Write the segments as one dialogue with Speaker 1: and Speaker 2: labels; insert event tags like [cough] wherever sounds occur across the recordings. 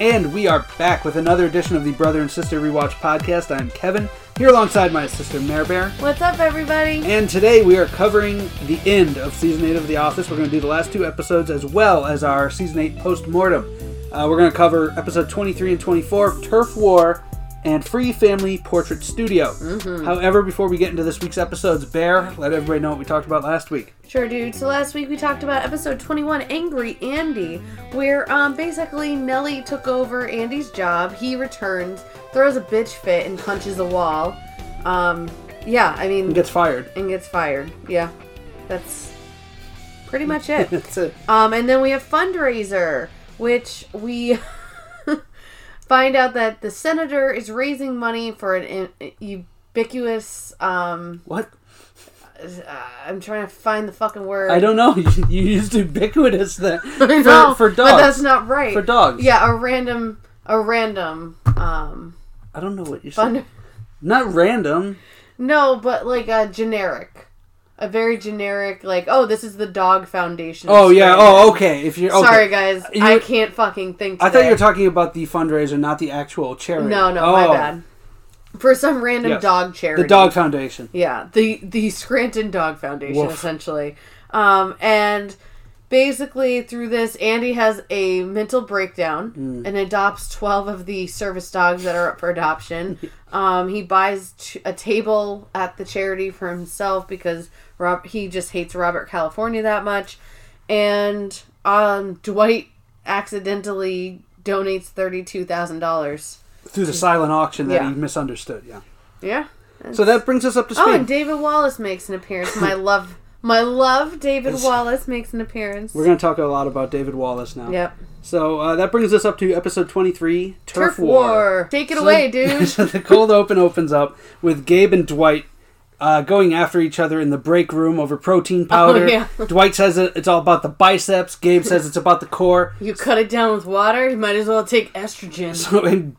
Speaker 1: And we are back with another edition of the Brother and Sister Rewatch Podcast. I'm Kevin, here alongside my sister Mare Bear.
Speaker 2: What's up, everybody?
Speaker 1: And today we are covering the end of season eight of The Office. We're going to do the last two episodes as well as our season eight postmortem. Uh, we're going to cover episode 23 and 24, Turf War, and Free Family Portrait Studio.
Speaker 2: Mm-hmm.
Speaker 1: However, before we get into this week's episodes, Bear, let everybody know what we talked about last week.
Speaker 2: Sure, dude. So last week we talked about episode 21, Angry Andy, where um, basically Nellie took over Andy's job. He returns, throws a bitch fit, and punches a wall. Um, yeah, I mean,
Speaker 1: He gets
Speaker 2: [laughs]
Speaker 1: fired.
Speaker 2: and gets fired. Yeah, that's pretty much
Speaker 1: [laughs]
Speaker 2: it.
Speaker 1: That's it.
Speaker 2: Um, and then we have fundraiser, which we [laughs] find out that the senator is raising money for an in- ubiquitous. Um,
Speaker 1: What?
Speaker 2: uh, I'm trying to find the fucking word. [laughs]
Speaker 1: I don't know. [laughs] You, you used ubiquitous that for,
Speaker 2: I know,
Speaker 1: for dogs.
Speaker 2: but that's not right.
Speaker 1: For dogs.
Speaker 2: Yeah, a random, a random. Um,
Speaker 1: I don't know what you said.
Speaker 2: fund-
Speaker 1: Not random.
Speaker 2: no, but like a generic, a very generic. Like, oh, this is the dog foundation.
Speaker 1: Oh yeah.
Speaker 2: Sorry.
Speaker 1: Oh okay. If you're okay.
Speaker 2: Sorry, guys,
Speaker 1: You-
Speaker 2: I can't fucking think. Today.
Speaker 1: I thought you were talking about the fundraiser, not the actual charity.
Speaker 2: No, no,
Speaker 1: oh,
Speaker 2: my bad. For some random
Speaker 1: Yes.
Speaker 2: dog charity.
Speaker 1: The dog foundation.
Speaker 2: Yeah, the the Scranton Dog Foundation
Speaker 1: Woof.
Speaker 2: essentially. Um and basically through this Andy has a mental breakdown and adopts 12 of the service dogs that are up for adoption. um he buys t- a table at the charity for himself because Rob he just hates Robert California that much and um Dwight accidentally donates $32,000.
Speaker 1: Through the silent auction that
Speaker 2: Yeah.
Speaker 1: he misunderstood. Yeah.
Speaker 2: Yeah.
Speaker 1: So that brings us up to speed.
Speaker 2: Oh, and David Wallace makes an appearance.
Speaker 1: [laughs]
Speaker 2: My love, my love, David Wallace makes an appearance.
Speaker 1: We're going to talk a lot about David Wallace now.
Speaker 2: Yep.
Speaker 1: So uh, that brings us up to episode 23 Turf,
Speaker 2: Turf War. Take it
Speaker 1: So-
Speaker 2: away,
Speaker 1: [laughs]
Speaker 2: dude.
Speaker 1: so the cold open opens up with Gabe and Dwight uh, going after each other in the break room over protein powder.
Speaker 2: Oh, yeah.
Speaker 1: Dwight says it, it's all about the biceps. Gabe says it's about the core.
Speaker 2: you cut it down with water. You might as well take estrogen.
Speaker 1: So [laughs] and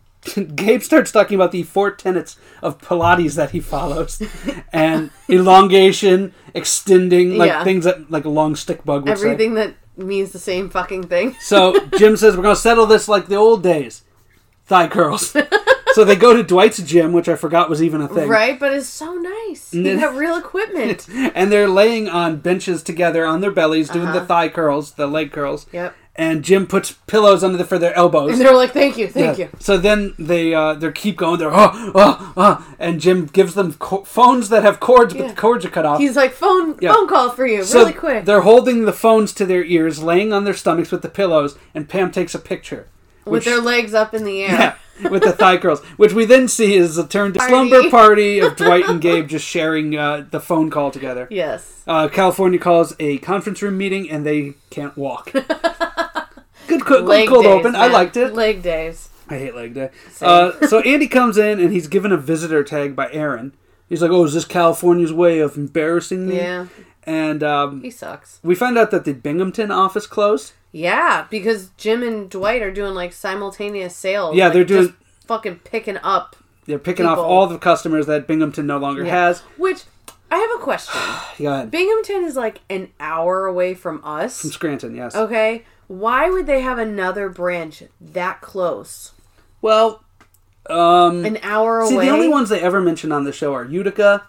Speaker 1: Gabe starts talking about the four tenets of Pilates that he
Speaker 2: [laughs]
Speaker 1: follows, and elongation, extending, like
Speaker 2: Yeah.
Speaker 1: things that like a long stick bug would say.
Speaker 2: Everything that means the same fucking
Speaker 1: [laughs]
Speaker 2: thing.
Speaker 1: So Jim says we're gonna settle this like the old days, thigh
Speaker 2: [laughs]
Speaker 1: curls. so they go to Dwight's gym, which I forgot was even a thing.
Speaker 2: Right, but it's
Speaker 1: [laughs]
Speaker 2: so nice. You
Speaker 1: then-
Speaker 2: got real equipment.
Speaker 1: [laughs] And they're laying on benches together on their bellies, doing the
Speaker 2: Uh-huh.
Speaker 1: thigh curls, the leg curls.
Speaker 2: Yep.
Speaker 1: And Jim puts pillows under the, for their elbows.
Speaker 2: [laughs] And they're like, "Thank you, thank
Speaker 1: Yeah.
Speaker 2: you."
Speaker 1: So then they uh, they keep going. They're oh oh oh, and Jim gives them co- phones that have cords, but
Speaker 2: Yeah.
Speaker 1: the cords are cut off.
Speaker 2: He's like, "Phone,
Speaker 1: Yeah.
Speaker 2: phone call for you,
Speaker 1: so
Speaker 2: really quick."
Speaker 1: They're holding the phones to their ears, laying on their stomachs with the pillows, and Pam takes a picture
Speaker 2: with
Speaker 1: which-
Speaker 2: their legs up in the air.
Speaker 1: yeah, [laughs] with the thigh curls, which we then see is a turn to
Speaker 2: Party.
Speaker 1: slumber party
Speaker 2: [laughs]
Speaker 1: of Dwight and Gabe just sharing uh, the phone call together.
Speaker 2: Yes.
Speaker 1: Uh, California calls a conference room meeting and they can't
Speaker 2: [laughs]
Speaker 1: walk. Good, co- good
Speaker 2: Leg
Speaker 1: cold
Speaker 2: days,
Speaker 1: open. I
Speaker 2: man.
Speaker 1: liked it.
Speaker 2: Leg days.
Speaker 1: I hate leg day. Uh, so Andy comes in and he's given a visitor tag by Aaron. He's like, "Oh, is this California's way of embarrassing me?"
Speaker 2: Yeah.
Speaker 1: And um,
Speaker 2: He sucks.
Speaker 1: we find out that the Binghamton office closed.
Speaker 2: Yeah, because Jim and Dwight are doing like simultaneous sales.
Speaker 1: Yeah, they're
Speaker 2: like, just
Speaker 1: doing-
Speaker 2: fucking picking up.
Speaker 1: They're picking off
Speaker 2: People.
Speaker 1: all the customers that Binghamton no longer has.
Speaker 2: Which I have
Speaker 1: [sighs]
Speaker 2: a question.
Speaker 1: Go ahead.
Speaker 2: Binghamton is like an hour away from
Speaker 1: From
Speaker 2: us.
Speaker 1: Scranton, yes.
Speaker 2: Okay, why would they have another branch that close?
Speaker 1: Well, um,
Speaker 2: An hour
Speaker 1: see,
Speaker 2: away.
Speaker 1: the only ones they ever mention on the show are Utica,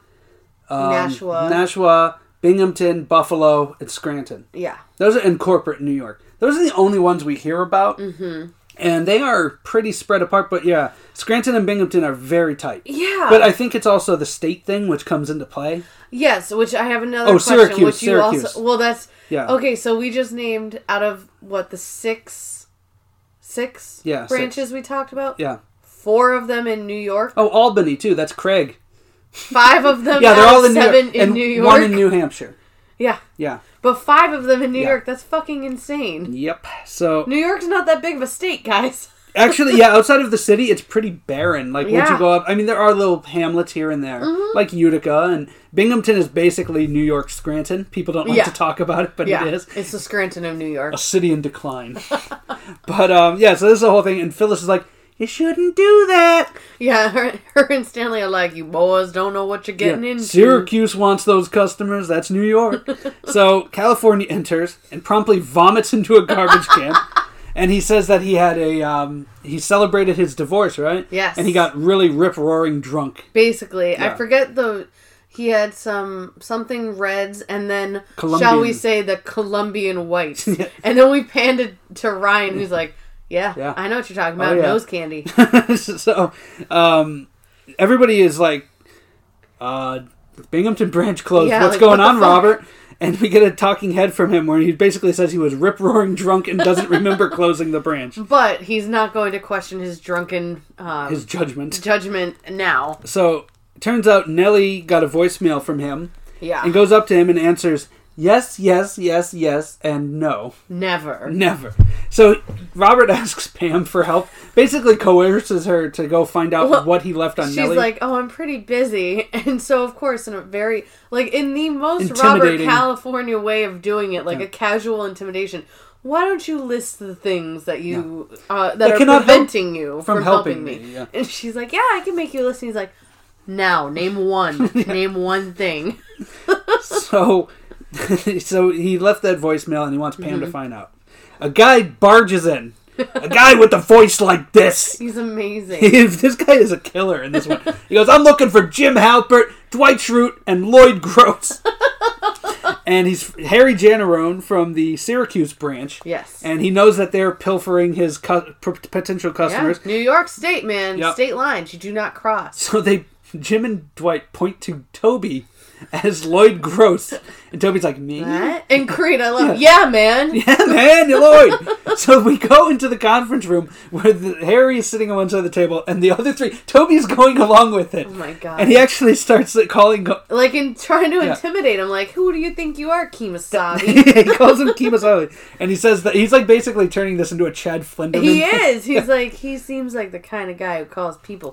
Speaker 1: um,
Speaker 2: Nashua.
Speaker 1: Nashua, Binghamton, Buffalo, and Scranton.
Speaker 2: yeah.
Speaker 1: Those are in corporate New York. Those are the only ones we hear about. Mm-hmm. And they are pretty spread apart, but yeah, Scranton and Binghamton are very tight.
Speaker 2: Yeah.
Speaker 1: But I think it's also the state thing which comes into play.
Speaker 2: Yes, which I have another
Speaker 1: Oh,
Speaker 2: question.
Speaker 1: Syracuse,
Speaker 2: which you
Speaker 1: Syracuse.
Speaker 2: also well that's
Speaker 1: Yeah.
Speaker 2: Okay, so we just named out of what the six six
Speaker 1: Yeah, six.
Speaker 2: branches we talked about?
Speaker 1: Yeah.
Speaker 2: Four of them in New York.
Speaker 1: Oh, Albany too. That's Craig.
Speaker 2: Five of
Speaker 1: [laughs]
Speaker 2: them
Speaker 1: Yeah, they're
Speaker 2: out of
Speaker 1: all in New
Speaker 2: seven
Speaker 1: York
Speaker 2: in
Speaker 1: and
Speaker 2: New York.
Speaker 1: one in New Hampshire.
Speaker 2: yeah.
Speaker 1: Yeah.
Speaker 2: But five of them in New
Speaker 1: Yeah.
Speaker 2: York, that's fucking insane.
Speaker 1: Yep. So
Speaker 2: New York's not that big of a state, guys.
Speaker 1: Actually, yeah, outside of the city, it's pretty barren. Like, once you
Speaker 2: Yeah. Mm-hmm.
Speaker 1: go up, I mean, there are little hamlets here and there, like Utica, and Binghamton is basically New York Scranton. People don't like
Speaker 2: Yeah.
Speaker 1: to talk about [laughs] it, but
Speaker 2: Yeah.
Speaker 1: it is
Speaker 2: It's the Scranton of New
Speaker 1: [laughs]
Speaker 2: York.
Speaker 1: a city in decline. but um, yeah, so this is the whole thing, and Phyllis is like, You shouldn't do that.
Speaker 2: Yeah, [laughs] her, her and Stanley are like, you boys don't know what you're getting
Speaker 1: Yeah,
Speaker 2: into.
Speaker 1: Syracuse wants those customers. That's New
Speaker 2: [laughs]
Speaker 1: York. so California enters and promptly vomits into a garbage
Speaker 2: [laughs]
Speaker 1: can. And he says that he had a um, he celebrated his divorce, right?
Speaker 2: Yes.
Speaker 1: And he got really rip roaring drunk.
Speaker 2: Basically,
Speaker 1: Yeah.
Speaker 2: I forget the. He had some something reds and then shall we
Speaker 1: Colombian.
Speaker 2: say the
Speaker 1: [laughs]
Speaker 2: Colombian whites. And then we panned it to Ryan who's like, Yeah,
Speaker 1: Yeah. Oh,
Speaker 2: I know what you're talking about,
Speaker 1: yeah. [laughs]
Speaker 2: nose candy.
Speaker 1: so um, everybody is like, uh, Binghamton Branch closed.
Speaker 2: Yeah,
Speaker 1: What's
Speaker 2: like,
Speaker 1: going
Speaker 2: what the
Speaker 1: on,
Speaker 2: fuck?
Speaker 1: Robert? And we get a talking head from him where he basically says he was rip roaring drunk and doesn't remember
Speaker 2: [laughs]
Speaker 1: closing the branch.
Speaker 2: but he's not going to question his drunken um,
Speaker 1: His judgment.
Speaker 2: judgment now.
Speaker 1: So turns out Nelly got a voicemail from him
Speaker 2: Yeah.
Speaker 1: and goes up to him and answers yes, yes, yes, yes, and no,
Speaker 2: Never.
Speaker 1: never. So Robert [laughs] asks Pam for help, basically coerces her to go find out
Speaker 2: Well,
Speaker 1: what he left on
Speaker 2: She's
Speaker 1: Nelly.
Speaker 2: like, "Oh, I'm pretty busy," [laughs] and so of course, in a very like in the most Robert
Speaker 1: Intimidating.
Speaker 2: California way of doing it, like a casual intimidation. Why don't you list the things that you uh, that
Speaker 1: I
Speaker 2: are
Speaker 1: cannot help
Speaker 2: preventing you
Speaker 1: from
Speaker 2: from,
Speaker 1: helping
Speaker 2: helping,
Speaker 1: me,
Speaker 2: me?
Speaker 1: yeah.
Speaker 2: And she's like, "Yeah, I can make you list." And he's like, "Now, name
Speaker 1: [laughs]
Speaker 2: one. Name one thing." [laughs]
Speaker 1: so [laughs] so he left that voicemail and he wants Pam
Speaker 2: Mm-hmm.
Speaker 1: to find out. A guy barges in. A guy with a voice like this. [laughs]
Speaker 2: He's amazing.
Speaker 1: this guy is a killer in this one. He goes, I'm looking for Jim Halpert, Dwight Schrute, and Lloyd Gross. [laughs] and he's Harry Janarone from the Syracuse branch.
Speaker 2: yes.
Speaker 1: And he knows that they're pilfering his cu- p- potential
Speaker 2: yeah.
Speaker 1: customers.
Speaker 2: New York State, man.
Speaker 1: Yep.
Speaker 2: State lines you do not cross.
Speaker 1: So they, Jim and Dwight point to Toby as Lloyd Gross. And Toby's like, me?
Speaker 2: What? And Creed, I love. Yeah, man.
Speaker 1: [laughs] Yeah, man, Lloyd. so we go into the conference room where the, Harry is sitting on one side of the table, and the other three, Toby's going along with it.
Speaker 2: Oh my god.
Speaker 1: And he actually starts calling.
Speaker 2: like in trying to intimidate him like who do you think you are
Speaker 1: [laughs]
Speaker 2: kimasabi
Speaker 1: [laughs] he calls him Kimasabi, and he says that he's like basically turning this into a Chad Flinderman.
Speaker 2: he is he's like he seems like the kind of guy who calls people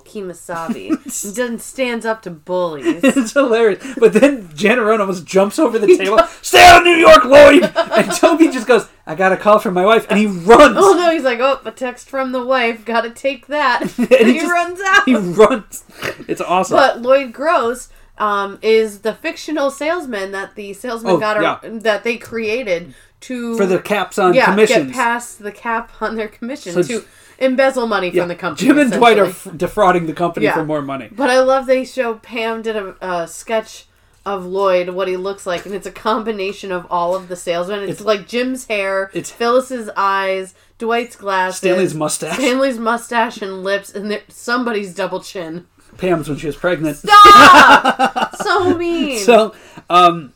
Speaker 1: [laughs]
Speaker 2: kimasabi and doesn't stands up to bullies
Speaker 1: [laughs] It's hilarious. But then Janarone almost jumps over the table. Stay out of New York, Lloyd! And Toby just goes, I got a call from my wife. And he runs.
Speaker 2: oh no he's like oh a text from the wife gotta
Speaker 1: [laughs]
Speaker 2: take that and,
Speaker 1: he
Speaker 2: he,
Speaker 1: just-
Speaker 2: runs out
Speaker 1: He runs. It's awesome.
Speaker 2: but lloyd gross um, is the fictional salesman that the salesman
Speaker 1: Oh,
Speaker 2: got a,
Speaker 1: yeah.
Speaker 2: that they created to
Speaker 1: For the caps on
Speaker 2: yeah,
Speaker 1: commissions.
Speaker 2: get past the cap on their commission
Speaker 1: So
Speaker 2: to
Speaker 1: j-
Speaker 2: embezzle money
Speaker 1: Yeah,
Speaker 2: from the company
Speaker 1: Jim and Dwight are
Speaker 2: essentially.
Speaker 1: f- defrauding the company
Speaker 2: Yeah.
Speaker 1: for more money.
Speaker 2: But I love they show Pam did a, a sketch of Lloyd, what he looks like, and it's a combination of all of the salesmen. It's,
Speaker 1: It's-
Speaker 2: like Jim's hair,
Speaker 1: it's-
Speaker 2: Phyllis's eyes, Dwight's glasses,
Speaker 1: Stanley's mustache.
Speaker 2: Stanley's mustache and lips, and there- somebody's double chin.
Speaker 1: [laughs] [laughs] Pam's when she was pregnant.
Speaker 2: Stop!
Speaker 1: [laughs]
Speaker 2: so mean.
Speaker 1: So, um,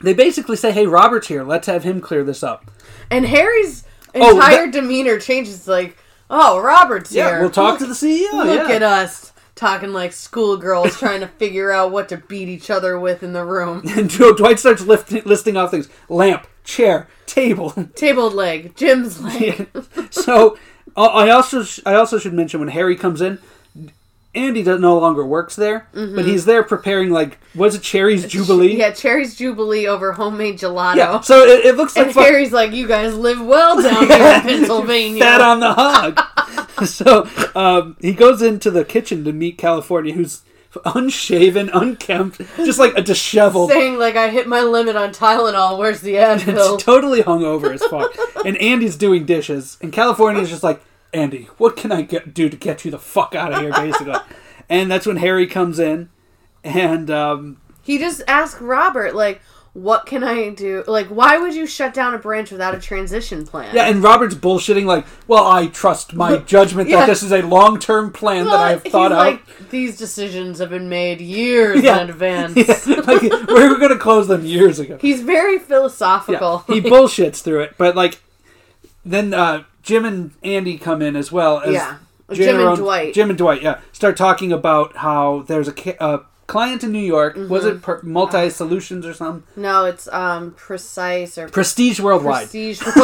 Speaker 1: they basically say, "Hey, Robert's here. Let's have him clear this up."
Speaker 2: and Harry's
Speaker 1: Oh,
Speaker 2: entire demeanor changes. Like, oh, Robert's
Speaker 1: Yeah,
Speaker 2: here.
Speaker 1: we'll talk
Speaker 2: Look-
Speaker 1: to the CEO.
Speaker 2: Look
Speaker 1: yeah.
Speaker 2: at us talking like schoolgirls trying to figure out what to beat each other with in
Speaker 1: [laughs]
Speaker 2: the room.
Speaker 1: [laughs] And Joe Dwight starts lift- listing off things: lamp, chair, table. [laughs]
Speaker 2: Tabled leg, Jim's leg.
Speaker 1: so, I I also sh- I also should mention when Harry comes in. Andy does, no longer works there, but he's there preparing like was it Cherry's Jubilee?
Speaker 2: Mm-hmm. Yeah, Cherry's Jubilee over homemade gelato. [laughs]
Speaker 1: Yeah, So it, it looks like
Speaker 2: and
Speaker 1: fuck-
Speaker 2: Harry's like, you guys
Speaker 1: [laughs]
Speaker 2: live well down here in Pennsylvania.
Speaker 1: fat on the hog. [laughs] so um, he goes into the kitchen to meet California, who's unshaven, unkempt, just like a disheveled,
Speaker 2: Saying like, I hit my limit on Tylenol. Where's
Speaker 1: [laughs]
Speaker 2: the Advil?
Speaker 1: totally hungover as fuck. and Andy's doing dishes, and California's just like, Andy, what can I get, do to get you the fuck out of here,
Speaker 2: [laughs]
Speaker 1: basically? and that's when Harry comes in, and um,
Speaker 2: he just asked Robert like, what can I do? Like, why would you shut down a branch without a transition plan?
Speaker 1: yeah, and Robert's bullshitting like, well, I trust my judgment
Speaker 2: Yeah.
Speaker 1: that this is a long term plan that I have
Speaker 2: he's
Speaker 1: thought out.
Speaker 2: like, these decisions have been made
Speaker 1: [laughs] [laughs]
Speaker 2: years
Speaker 1: Yeah.
Speaker 2: in advance.
Speaker 1: like, we we're gonna close them years ago.
Speaker 2: He's very philosophical.
Speaker 1: [laughs] he bullshits through it, but like then uh, Jim and Andy come in as well as
Speaker 2: Yeah. Jim and
Speaker 1: General-
Speaker 2: Dwight.
Speaker 1: Jim and Dwight, yeah, start talking about how there's a, ca- a client in New York.
Speaker 2: Mm-hmm.
Speaker 1: Was it per- Multi Solutions or something?
Speaker 2: [laughs] no, it's um precise or
Speaker 1: Prestige Worldwide,
Speaker 2: prestige. [laughs]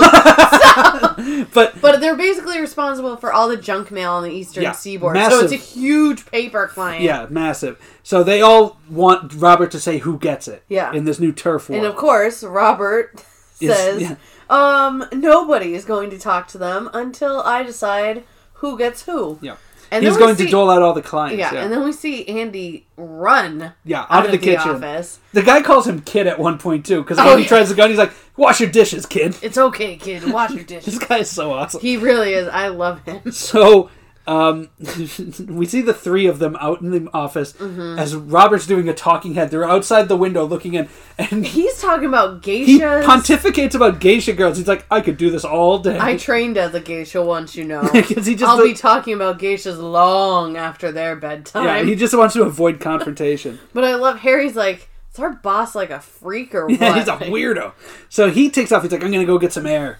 Speaker 1: but
Speaker 2: But they're basically responsible for all the junk mail on the eastern
Speaker 1: Yeah,
Speaker 2: seaboard. So
Speaker 1: massive.
Speaker 2: it's a huge paper client.
Speaker 1: yeah, massive. So they all want Robert to say who gets it.
Speaker 2: Yeah.
Speaker 1: in this new turf war.
Speaker 2: And of course, Robert
Speaker 1: [laughs] Is-
Speaker 2: says,
Speaker 1: yeah.
Speaker 2: um, nobody is going to talk to them until I decide who gets who.
Speaker 1: Yeah.
Speaker 2: And
Speaker 1: He's
Speaker 2: then we
Speaker 1: going
Speaker 2: see-
Speaker 1: to dole out all the clients.
Speaker 2: Yeah,
Speaker 1: Yeah.
Speaker 2: and then we see Andy run
Speaker 1: Yeah, out of the kitchen.
Speaker 2: office.
Speaker 1: the guy calls him kid at one point too, because
Speaker 2: Oh,
Speaker 1: when he
Speaker 2: yeah.
Speaker 1: tries the gun, he's like, "Wash your dishes, kid." [laughs]
Speaker 2: It's okay, kid. Wash your dishes.
Speaker 1: This guy is so awesome.
Speaker 2: he really is. I love him.
Speaker 1: So um, [laughs] we see the three of them out in the office
Speaker 2: Mm-hmm.
Speaker 1: as Robert's doing a talking head. They're outside the window looking in, and he
Speaker 2: He's talking about geishas.
Speaker 1: pontificates about geisha girls. He's like, I could do this all day.
Speaker 2: I trained as a geisha once, you
Speaker 1: [laughs]
Speaker 2: know.
Speaker 1: 'Cause he just
Speaker 2: I'll
Speaker 1: don't-
Speaker 2: be talking about geishas long after their bedtime.
Speaker 1: yeah, he just wants to avoid
Speaker 2: [laughs]
Speaker 1: confrontation. [laughs]
Speaker 2: But I love Harry's like, is our boss like a freak or
Speaker 1: [laughs]
Speaker 2: what?
Speaker 1: Yeah, he's a weirdo. So he takes off. He's like, I'm gonna go get some air.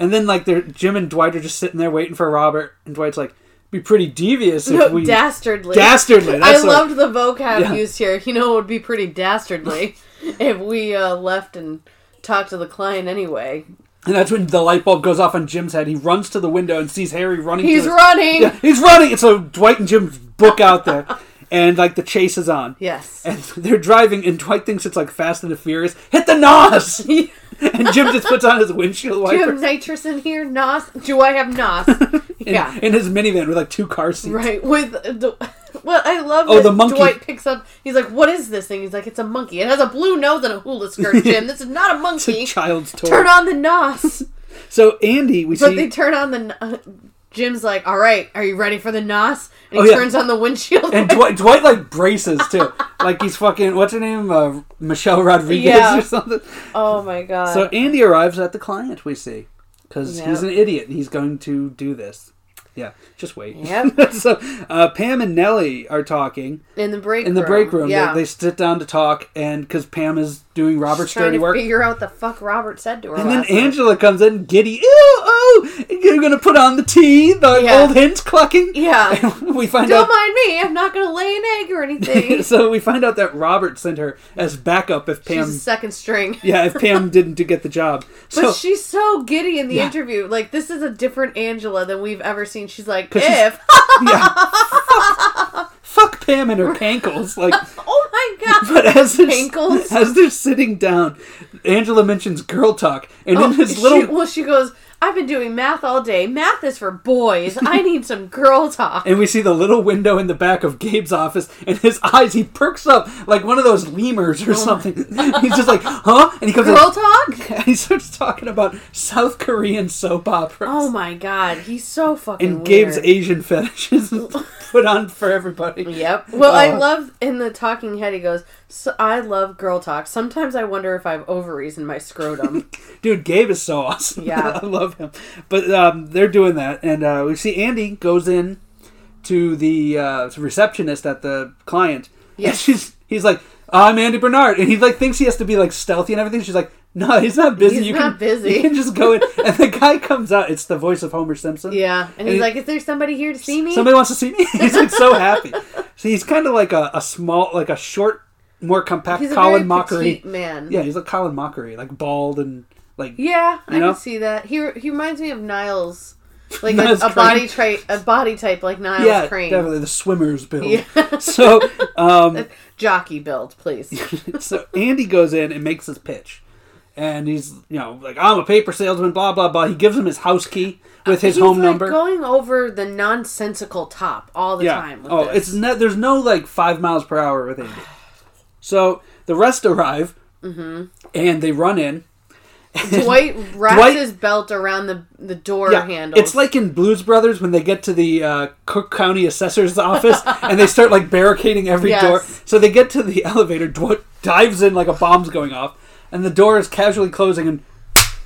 Speaker 1: And then like, they're, Jim and Dwight are just sitting there waiting for Robert, and Dwight's like, "Be pretty devious if
Speaker 2: [laughs] No,
Speaker 1: we
Speaker 2: dastardly.
Speaker 1: dastardly."
Speaker 2: I
Speaker 1: That's what-
Speaker 2: loved the vocab
Speaker 1: Yeah.
Speaker 2: used here. You know, it would be pretty
Speaker 1: [laughs]
Speaker 2: dastardly if we uh, left and talked to the client anyway.
Speaker 1: And [laughs] that's when the light bulb goes off on Jim's head. He runs to the window and sees Harry running. to
Speaker 2: He's
Speaker 1: his-
Speaker 2: running.
Speaker 1: Yeah, he's running. And so Dwight and Jim book out there, and like the chase is on.
Speaker 2: Yes.
Speaker 1: And [laughs] they're driving, and Dwight thinks it's like Fast and the Furious. Hit the
Speaker 2: [laughs]
Speaker 1: nos! and Jim just puts on his windshield
Speaker 2: Do you have
Speaker 1: wiper
Speaker 2: nitrous in here? Nos? Do I have
Speaker 1: [laughs]
Speaker 2: nos?
Speaker 1: in,
Speaker 2: yeah.
Speaker 1: in his minivan with like two car seats.
Speaker 2: Right with the [laughs] well, I love.
Speaker 1: Oh,
Speaker 2: that
Speaker 1: the monkey.
Speaker 2: Dwight picks up. He's like, "What is this thing?" He's like, "It's a monkey. It has a blue nose and
Speaker 1: [laughs]
Speaker 2: a hula skirt, Jim. this is not a
Speaker 1: It's a
Speaker 2: monkey.
Speaker 1: child's toy.
Speaker 2: Turn on
Speaker 1: [laughs]
Speaker 2: the nos."
Speaker 1: So Andy, we
Speaker 2: but
Speaker 1: see
Speaker 2: they turn on the. n- Uh, Jim's like, "All right, are you ready for the nos?" And
Speaker 1: Oh,
Speaker 2: he
Speaker 1: yeah.
Speaker 2: turns on the
Speaker 1: [laughs]
Speaker 2: windshield.
Speaker 1: and Dwight, Dwight like braces too, like he's fucking what's her name, uh, Michelle Rodriguez
Speaker 2: Yeah.
Speaker 1: or something.
Speaker 2: [laughs] oh my god!
Speaker 1: So Andy arrives at the client we see because
Speaker 2: Yep.
Speaker 1: he's an idiot and he's going to do this. Yeah, just wait. [laughs]
Speaker 2: Yep.
Speaker 1: so uh, Pam and Nellie are talking
Speaker 2: in the break
Speaker 1: in the break room. They-
Speaker 2: yeah,
Speaker 1: They, sit down to talk, and because Pam is doing Robert's
Speaker 2: trying
Speaker 1: dirty
Speaker 2: to
Speaker 1: work.
Speaker 2: figure out the fuck Robert said to her.
Speaker 1: And then
Speaker 2: last night.
Speaker 1: Angela comes in, giddy, ew, oh, you're gonna put on the tea, the
Speaker 2: Yeah.
Speaker 1: old hens clucking.
Speaker 2: [laughs] yeah,
Speaker 1: [laughs] we find
Speaker 2: don't
Speaker 1: out
Speaker 2: mind me. I'm not gonna lay an egg or
Speaker 1: [laughs]
Speaker 2: anything.
Speaker 1: so we find out that Robert sent her as backup if Pam,
Speaker 2: [laughs] She's a second string.
Speaker 1: yeah, if Pam didn't do get the job. So
Speaker 2: [laughs] But she's so giddy in the
Speaker 1: Yeah.
Speaker 2: interview. Like this is a different Angela than we've ever seen. She's like,
Speaker 1: 'Cause she's-
Speaker 2: if [laughs]
Speaker 1: yeah, fuck, fuck Pam and her pankles. Like,
Speaker 2: oh my god,
Speaker 1: [laughs] but as they're,
Speaker 2: Pankles?
Speaker 1: as they're sitting down, Angela mentions girl talk, and
Speaker 2: Oh,
Speaker 1: in his
Speaker 2: she,
Speaker 1: little.
Speaker 2: well, she goes, I've been doing math all day. Math is for boys. I need some girl talk.
Speaker 1: And we see the little window in the back of Gabe's office, and his eyes, he perks up like one of those lemurs or something. He's just like, huh? [laughs] And he comes
Speaker 2: Oh. Girl
Speaker 1: up [laughs]
Speaker 2: talk?
Speaker 1: and he starts talking about South Korean soap operas.
Speaker 2: Oh my god, he's so fucking
Speaker 1: and
Speaker 2: weird.
Speaker 1: Gabe's Asian fetishes [laughs] put on for everybody.
Speaker 2: Yep. Well, I
Speaker 1: Oh.
Speaker 2: love in the talking head. He goes, so, "I love girl talk." Sometimes I wonder if I have ovaries in
Speaker 1: [laughs]
Speaker 2: my scrotum.
Speaker 1: Dude, Gabe is so awesome. [laughs]
Speaker 2: Yeah.
Speaker 1: I love him. But um, they're doing that, and uh, we see Andy goes in to the uh, receptionist at the client.
Speaker 2: Yeah.
Speaker 1: And she's he's like, I'm Andy Bernard, and he like thinks he has to be like stealthy and everything. She's like, No, he's not busy.
Speaker 2: He's
Speaker 1: you can,
Speaker 2: not busy."
Speaker 1: You can just go
Speaker 2: [laughs]
Speaker 1: in, and the guy comes out. It's the voice of Homer Simpson.
Speaker 2: yeah, and he's
Speaker 1: And-
Speaker 2: like, "Is there somebody here to see me?"
Speaker 1: Somebody wants to see me. [laughs] he's like so happy. So he's kind of like a, a small, like a short, more compact
Speaker 2: he's a
Speaker 1: Colin
Speaker 2: very
Speaker 1: Mockery.
Speaker 2: petite man.
Speaker 1: Yeah, he's like Colin Mockery, like bald and like
Speaker 2: Yeah, I
Speaker 1: know?
Speaker 2: can see that. He he reminds me
Speaker 1: [laughs]
Speaker 2: of Niles, like
Speaker 1: Niles
Speaker 2: a, a
Speaker 1: Crane.
Speaker 2: body type, a body type like Niles
Speaker 1: yeah,
Speaker 2: Crane,
Speaker 1: definitely the swimmer's build.
Speaker 2: Yeah.
Speaker 1: [laughs] so, um,
Speaker 2: jockey build, please.
Speaker 1: [laughs] so Andy goes in and makes his pitch, and he's you know like I'm a paper salesman, blah blah blah. He gives him his house key with his
Speaker 2: He's,
Speaker 1: home
Speaker 2: like,
Speaker 1: number.
Speaker 2: Going over the nonsensical top all the
Speaker 1: yeah.
Speaker 2: time. With
Speaker 1: Oh,
Speaker 2: this.
Speaker 1: it's not. There's no like five miles per hour with
Speaker 2: [sighs]
Speaker 1: Andy. So the rest arrive,
Speaker 2: Mm-hmm.
Speaker 1: and they run in.
Speaker 2: Dwight wraps
Speaker 1: Dwight-
Speaker 2: his belt around the the door
Speaker 1: Yeah,
Speaker 2: handle.
Speaker 1: it's like in Blues Brothers when they get to the uh, Cook County Assessor's [laughs] office and they start like barricading every
Speaker 2: Yes.
Speaker 1: door. So they get to the [laughs] elevator, Dwight dives in like a bomb's going off, and the door is casually closing, and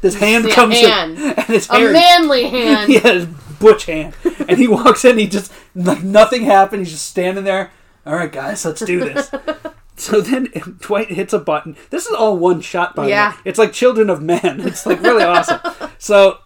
Speaker 1: this hand
Speaker 2: see a
Speaker 1: comes
Speaker 2: hand.
Speaker 1: in, [laughs] and it's
Speaker 2: a
Speaker 1: Harry. [laughs]
Speaker 2: manly hand.
Speaker 1: Yeah, it's Butch hand, and he walks in. He just like nothing happened. He's just standing there. All right, guys, let's do
Speaker 2: [laughs]
Speaker 1: this. So then Dwight hits a button. This is all one shot, by
Speaker 2: Yeah.
Speaker 1: the way. It's like Children of Men. It's like really awesome. So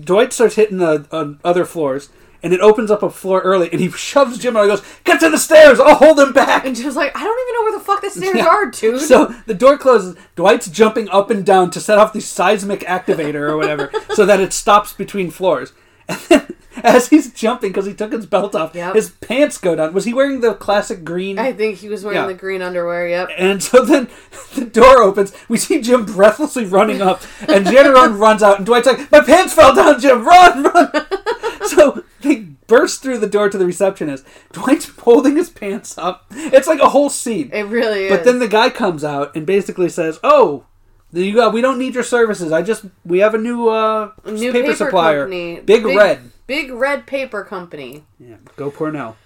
Speaker 1: Dwight starts hitting the uh, other floors, and it opens up a floor early, and he shoves Jim out and goes, Get to the stairs! I'll hold him back!
Speaker 2: And just like I don't even know where
Speaker 1: [laughs]
Speaker 2: the fuck the stairs are, dude.
Speaker 1: So the door closes. Dwight's jumping up and down to set off the seismic activator or
Speaker 2: [laughs]
Speaker 1: whatever so that it stops between floors. And then [laughs] as he's jumping, because he took his belt off,
Speaker 2: Yep.
Speaker 1: his pants go down. Was he wearing the classic green?
Speaker 2: I think he was wearing
Speaker 1: Yeah.
Speaker 2: the green underwear. Yep.
Speaker 1: And so then [laughs] the door opens. We see Jim breathlessly running up,
Speaker 2: [laughs]
Speaker 1: and Jenneron runs out, and Dwight's like, "My pants fell down, Jim! Run, run!" so they bursts through the door to the receptionist. Dwight's holding his pants up. It's like a whole scene.
Speaker 2: It really is.
Speaker 1: But then the guy comes out and basically says, "Oh, you got, we don't need your services. I just we have a new uh
Speaker 2: New
Speaker 1: paper,
Speaker 2: paper
Speaker 1: supplier,
Speaker 2: company.
Speaker 1: Big,
Speaker 2: Big-
Speaker 1: Red.
Speaker 2: Big Red Paper Company.
Speaker 1: Yeah, go Cornell."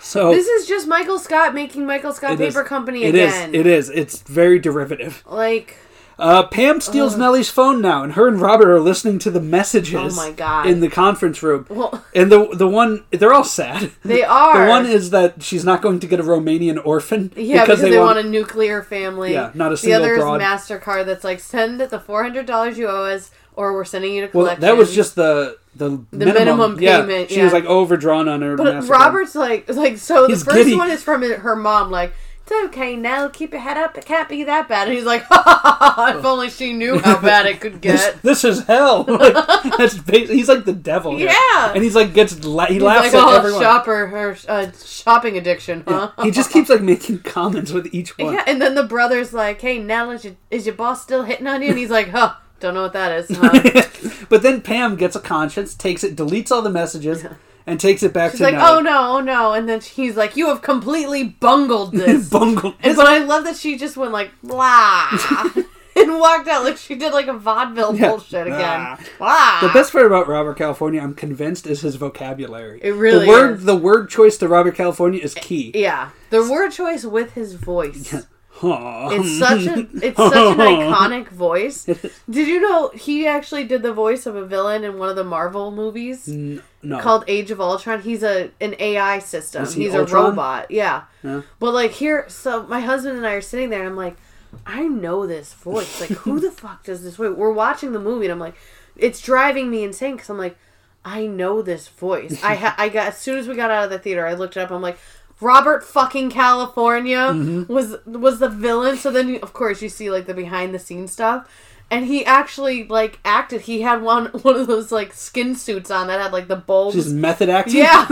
Speaker 1: So
Speaker 2: This is just Michael Scott making Michael Scott
Speaker 1: it is-
Speaker 2: Paper Company
Speaker 1: It is.
Speaker 2: again.
Speaker 1: It is. It's very derivative.
Speaker 2: Like,
Speaker 1: Uh, Pam steals Nellie's phone now, and her and Robert are listening to the messages.
Speaker 2: Oh my God.
Speaker 1: In the conference room,
Speaker 2: well,
Speaker 1: [laughs] and the the one they're all sad.
Speaker 2: they are.
Speaker 1: [laughs] The one is that she's not going to get a Romanian orphan
Speaker 2: Yeah, because, they, want, a nuclear family.
Speaker 1: Yeah, not a
Speaker 2: The
Speaker 1: single
Speaker 2: other
Speaker 1: broad.
Speaker 2: is Mastercard. That's like send the four hundred dollars you owe us, or we're sending you to
Speaker 1: Well,
Speaker 2: collection.
Speaker 1: that was just the the,
Speaker 2: minimum
Speaker 1: yeah,
Speaker 2: payment,
Speaker 1: She was
Speaker 2: yeah.
Speaker 1: like overdrawn on her.
Speaker 2: But
Speaker 1: Mastercard.
Speaker 2: Robert's like, like so.
Speaker 1: He's
Speaker 2: the first
Speaker 1: giddy.
Speaker 2: one is from her mom. Like, it's okay, Nell. Keep your head up. It can't be that bad. And he's like, [laughs] ha, ha, ha, ha, if only she knew how bad it could
Speaker 1: [laughs] This,
Speaker 2: get.
Speaker 1: this is hell. [laughs] Like, that's basi- he's like the devil. here.
Speaker 2: Yeah.
Speaker 1: and he's like gets la- he
Speaker 2: He's
Speaker 1: laughs
Speaker 2: like,
Speaker 1: at
Speaker 2: oh,
Speaker 1: everyone.
Speaker 2: shopper, her uh, shopping addiction, huh?
Speaker 1: He just keeps like making [laughs] comments with each one.
Speaker 2: [laughs] Yeah, and then the brother's like, "Hey, Nell, is your is your boss still hitting on you?" And he's like, "Huh, don't know what that
Speaker 1: [laughs]
Speaker 2: is." Huh?
Speaker 1: but then Pam gets a conscience, takes it, deletes all the messages, and takes it back
Speaker 2: She's
Speaker 1: to
Speaker 2: like,
Speaker 1: Nellie. [laughs]
Speaker 2: "Oh no, oh no!" And then he's like, "You have completely
Speaker 1: [laughs]
Speaker 2: bungled
Speaker 1: And
Speaker 2: this."
Speaker 1: bungled.
Speaker 2: and, but I love that she just went like blah [laughs] and walked out like she did like a vaudeville
Speaker 1: Yeah.
Speaker 2: bullshit
Speaker 1: Blah.
Speaker 2: again. Blah.
Speaker 1: The best part about Robert California, I'm convinced, is his vocabulary.
Speaker 2: It really
Speaker 1: the word
Speaker 2: is.
Speaker 1: the word choice to Robert California is key.
Speaker 2: Yeah, the word choice with his voice.
Speaker 1: Huh.
Speaker 2: It's such
Speaker 1: [laughs]
Speaker 2: a it's such an iconic voice. Did you know he actually did the voice of a villain in one of the Marvel movies
Speaker 1: no.
Speaker 2: called Age of Ultron? He's a an AI system.
Speaker 1: Is he
Speaker 2: He's
Speaker 1: Ultron?
Speaker 2: a robot. Yeah.
Speaker 1: Yeah.
Speaker 2: But like here, so my husband and I are sitting there, and I'm like, I know this voice. Like, who
Speaker 1: [laughs]
Speaker 2: the fuck does this voice? We're watching the movie, and I'm like, it's driving me insane because I'm like, I know this voice. I ha- I got as soon as we got out of the theater, I looked it up. I'm like. Robert fucking California
Speaker 1: Mm-hmm.
Speaker 2: was was the villain. So then, you- of course, you see like the behind the scenes stuff, and he actually like acted. He had one [laughs] one of those like skin suits on that had like the bulbs
Speaker 1: Just method acting.
Speaker 2: [laughs] yeah.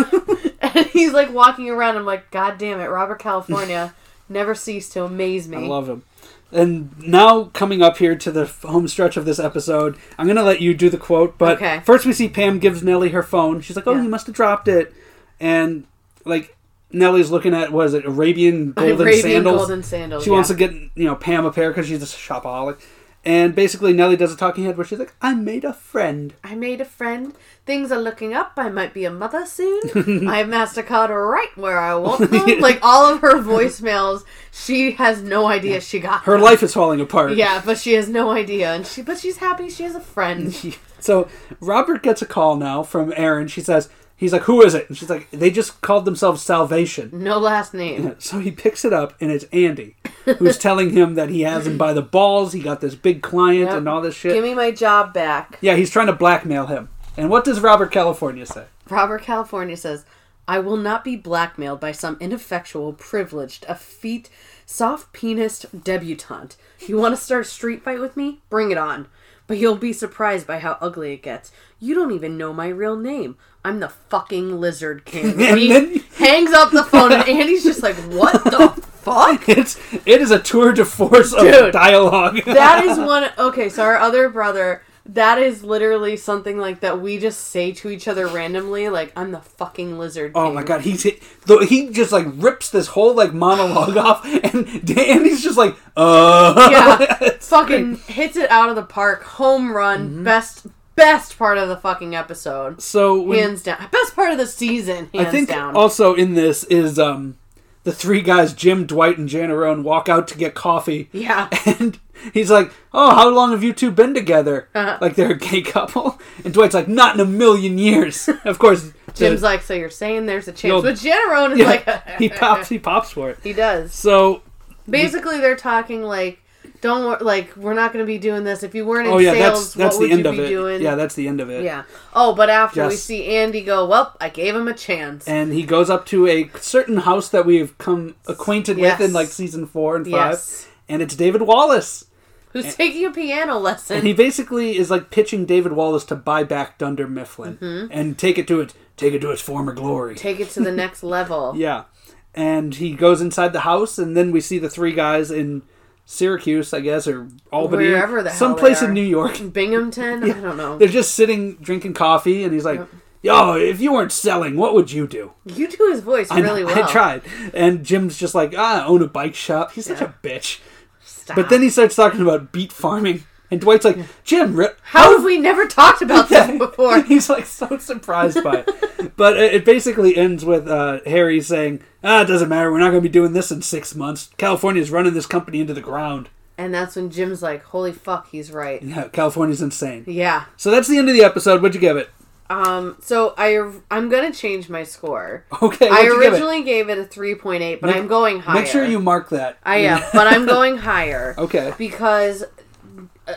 Speaker 2: and he's like walking around. I'm like, God damn it,
Speaker 1: [laughs]
Speaker 2: Robert California never ceased to amaze me.
Speaker 1: I love him. And now coming up here to the f- home stretch of this episode, I'm gonna let you do the quote. But
Speaker 2: Okay.
Speaker 1: first, we see Pam gives Nellie her phone. She's like, "Oh,
Speaker 2: Yeah.
Speaker 1: you must have dropped it," and like Nellie's looking at was it
Speaker 2: [laughs]
Speaker 1: Arabian golden
Speaker 2: Arabian
Speaker 1: sandals?
Speaker 2: golden sandals.
Speaker 1: She wants to get you know Pam a pair because she's a shopaholic. And basically, Nellie does a talking head where she's like, "I made a friend."
Speaker 2: I made a friend. Things are looking up. I might be a mother soon. I have Mastercard right where
Speaker 1: [laughs]
Speaker 2: I want them. Like all of her voicemails, she has no idea she got
Speaker 1: Her
Speaker 2: them.
Speaker 1: life is falling apart.
Speaker 2: Yeah, but she has no idea, and she but she's happy. She has a friend.
Speaker 1: [laughs] So Robert gets a call now from Aaron. She says, "He's like, who is it?" And she's like, "They just called themselves Salvation."
Speaker 2: No last name.
Speaker 1: So he picks it up, and it's Andy who's
Speaker 2: [laughs]
Speaker 1: telling him that he has him by the balls. He got this big client
Speaker 2: Yep.
Speaker 1: and all this shit.
Speaker 2: Give me my job back.
Speaker 1: yeah, he's trying to blackmail him. And what does Robert California say?
Speaker 2: Robert California says, I will not be blackmailed by some ineffectual, privileged, effete, soft penised debutante. You want to start a street fight with me? Bring it on. But you'll be surprised by how ugly it gets. You don't even know my real name. I'm the fucking
Speaker 1: [laughs]
Speaker 2: Lizard King. And he
Speaker 1: then-
Speaker 2: [laughs] hangs up the phone, and Andy's just like,
Speaker 1: [laughs]
Speaker 2: What the fuck?
Speaker 1: It's it is a tour de force of
Speaker 2: Dude.
Speaker 1: dialogue.
Speaker 2: that is one okay so our other brother that is literally something like that we just say to each other randomly like i'm the fucking lizard
Speaker 1: [laughs] Oh
Speaker 2: king."
Speaker 1: my god, he's hit, though he just like rips this whole like monologue [laughs] off, and Dan- Andy's just like, uh,
Speaker 2: yeah fucking hits it out of the park home run
Speaker 1: Mm-hmm.
Speaker 2: best best part of the fucking
Speaker 1: [laughs]
Speaker 2: episode
Speaker 1: So when,
Speaker 2: hands down best part of the season hands
Speaker 1: I think
Speaker 2: down
Speaker 1: also in this is um the three guys Jim, Dwight, and Janarone walk out to get coffee. [laughs]
Speaker 2: yeah
Speaker 1: And he's like, "Oh, how long have you two been together?"
Speaker 2: Uh-huh.
Speaker 1: Like they're a gay couple. [laughs] And Dwight's like, "Not in a million
Speaker 2: [laughs]
Speaker 1: years." Of course,
Speaker 2: jim's
Speaker 1: the-
Speaker 2: like so you're saying there's a
Speaker 1: Yo-
Speaker 2: chance but Janarone
Speaker 1: [laughs]
Speaker 2: is like [laughs]
Speaker 1: he pops. He pops for it.
Speaker 2: he does
Speaker 1: So
Speaker 2: basically they're talking like don't wor- like we're not going to be doing this if you weren't in
Speaker 1: oh yeah, that's
Speaker 2: sales
Speaker 1: that's
Speaker 2: what
Speaker 1: the
Speaker 2: would
Speaker 1: end
Speaker 2: you
Speaker 1: of
Speaker 2: be
Speaker 1: it.
Speaker 2: doing
Speaker 1: Yeah, that's the end of it.
Speaker 2: Yeah. Oh, but after we
Speaker 1: Yes.
Speaker 2: see Andy go, well, I gave him a chance.
Speaker 1: And he goes up to a certain house that we've come acquainted
Speaker 2: Yes.
Speaker 1: with in like season four and five,
Speaker 2: Yes.
Speaker 1: and it's David Wallace.
Speaker 2: Who's taking a piano
Speaker 1: [laughs]
Speaker 2: lesson?
Speaker 1: And he basically is like pitching David Wallace to buy back Dunder Mifflin
Speaker 2: Mm-hmm.
Speaker 1: and take it to its take it to its former glory.
Speaker 2: Take it to the next level.
Speaker 1: [laughs] yeah. And he goes inside the house and then we see the three guys in Syracuse, I guess, or Albany.
Speaker 2: Wherever the hell they
Speaker 1: someplace
Speaker 2: are.
Speaker 1: in New York.
Speaker 2: Binghamton? [laughs] I don't know.
Speaker 1: They're just sitting drinking coffee and he's like, yo, if you weren't selling, what would you do?
Speaker 2: You do his voice
Speaker 1: And
Speaker 2: really well.
Speaker 1: [laughs] I tried. And Jim's just like, ah, I own a bike shop. He's such
Speaker 2: Yeah.
Speaker 1: a bitch.
Speaker 2: Stop.
Speaker 1: But then he starts talking about beet farming. And Dwight's like, Jim, re-
Speaker 2: How have we never talked about
Speaker 1: [laughs]
Speaker 2: this before?
Speaker 1: He's like so surprised by it. but it, it basically ends with uh, Harry saying, ah, it doesn't matter. We're not going to be doing this in six months. California's running this company into the ground.
Speaker 2: And that's when Jim's like, "Holy fuck, he's right."
Speaker 1: Yeah, California's insane.
Speaker 2: Yeah.
Speaker 1: So that's the end of the episode. What'd you give it? [laughs]
Speaker 2: Um. So I I'm gonna change my score.
Speaker 1: [laughs] Okay, what'd
Speaker 2: I
Speaker 1: you give it?
Speaker 2: originally gave it a 3.8, but
Speaker 1: Make-
Speaker 2: I'm going higher.
Speaker 1: Make sure you mark that. [laughs]
Speaker 2: I am, but I'm going higher.
Speaker 1: Okay.
Speaker 2: Because uh,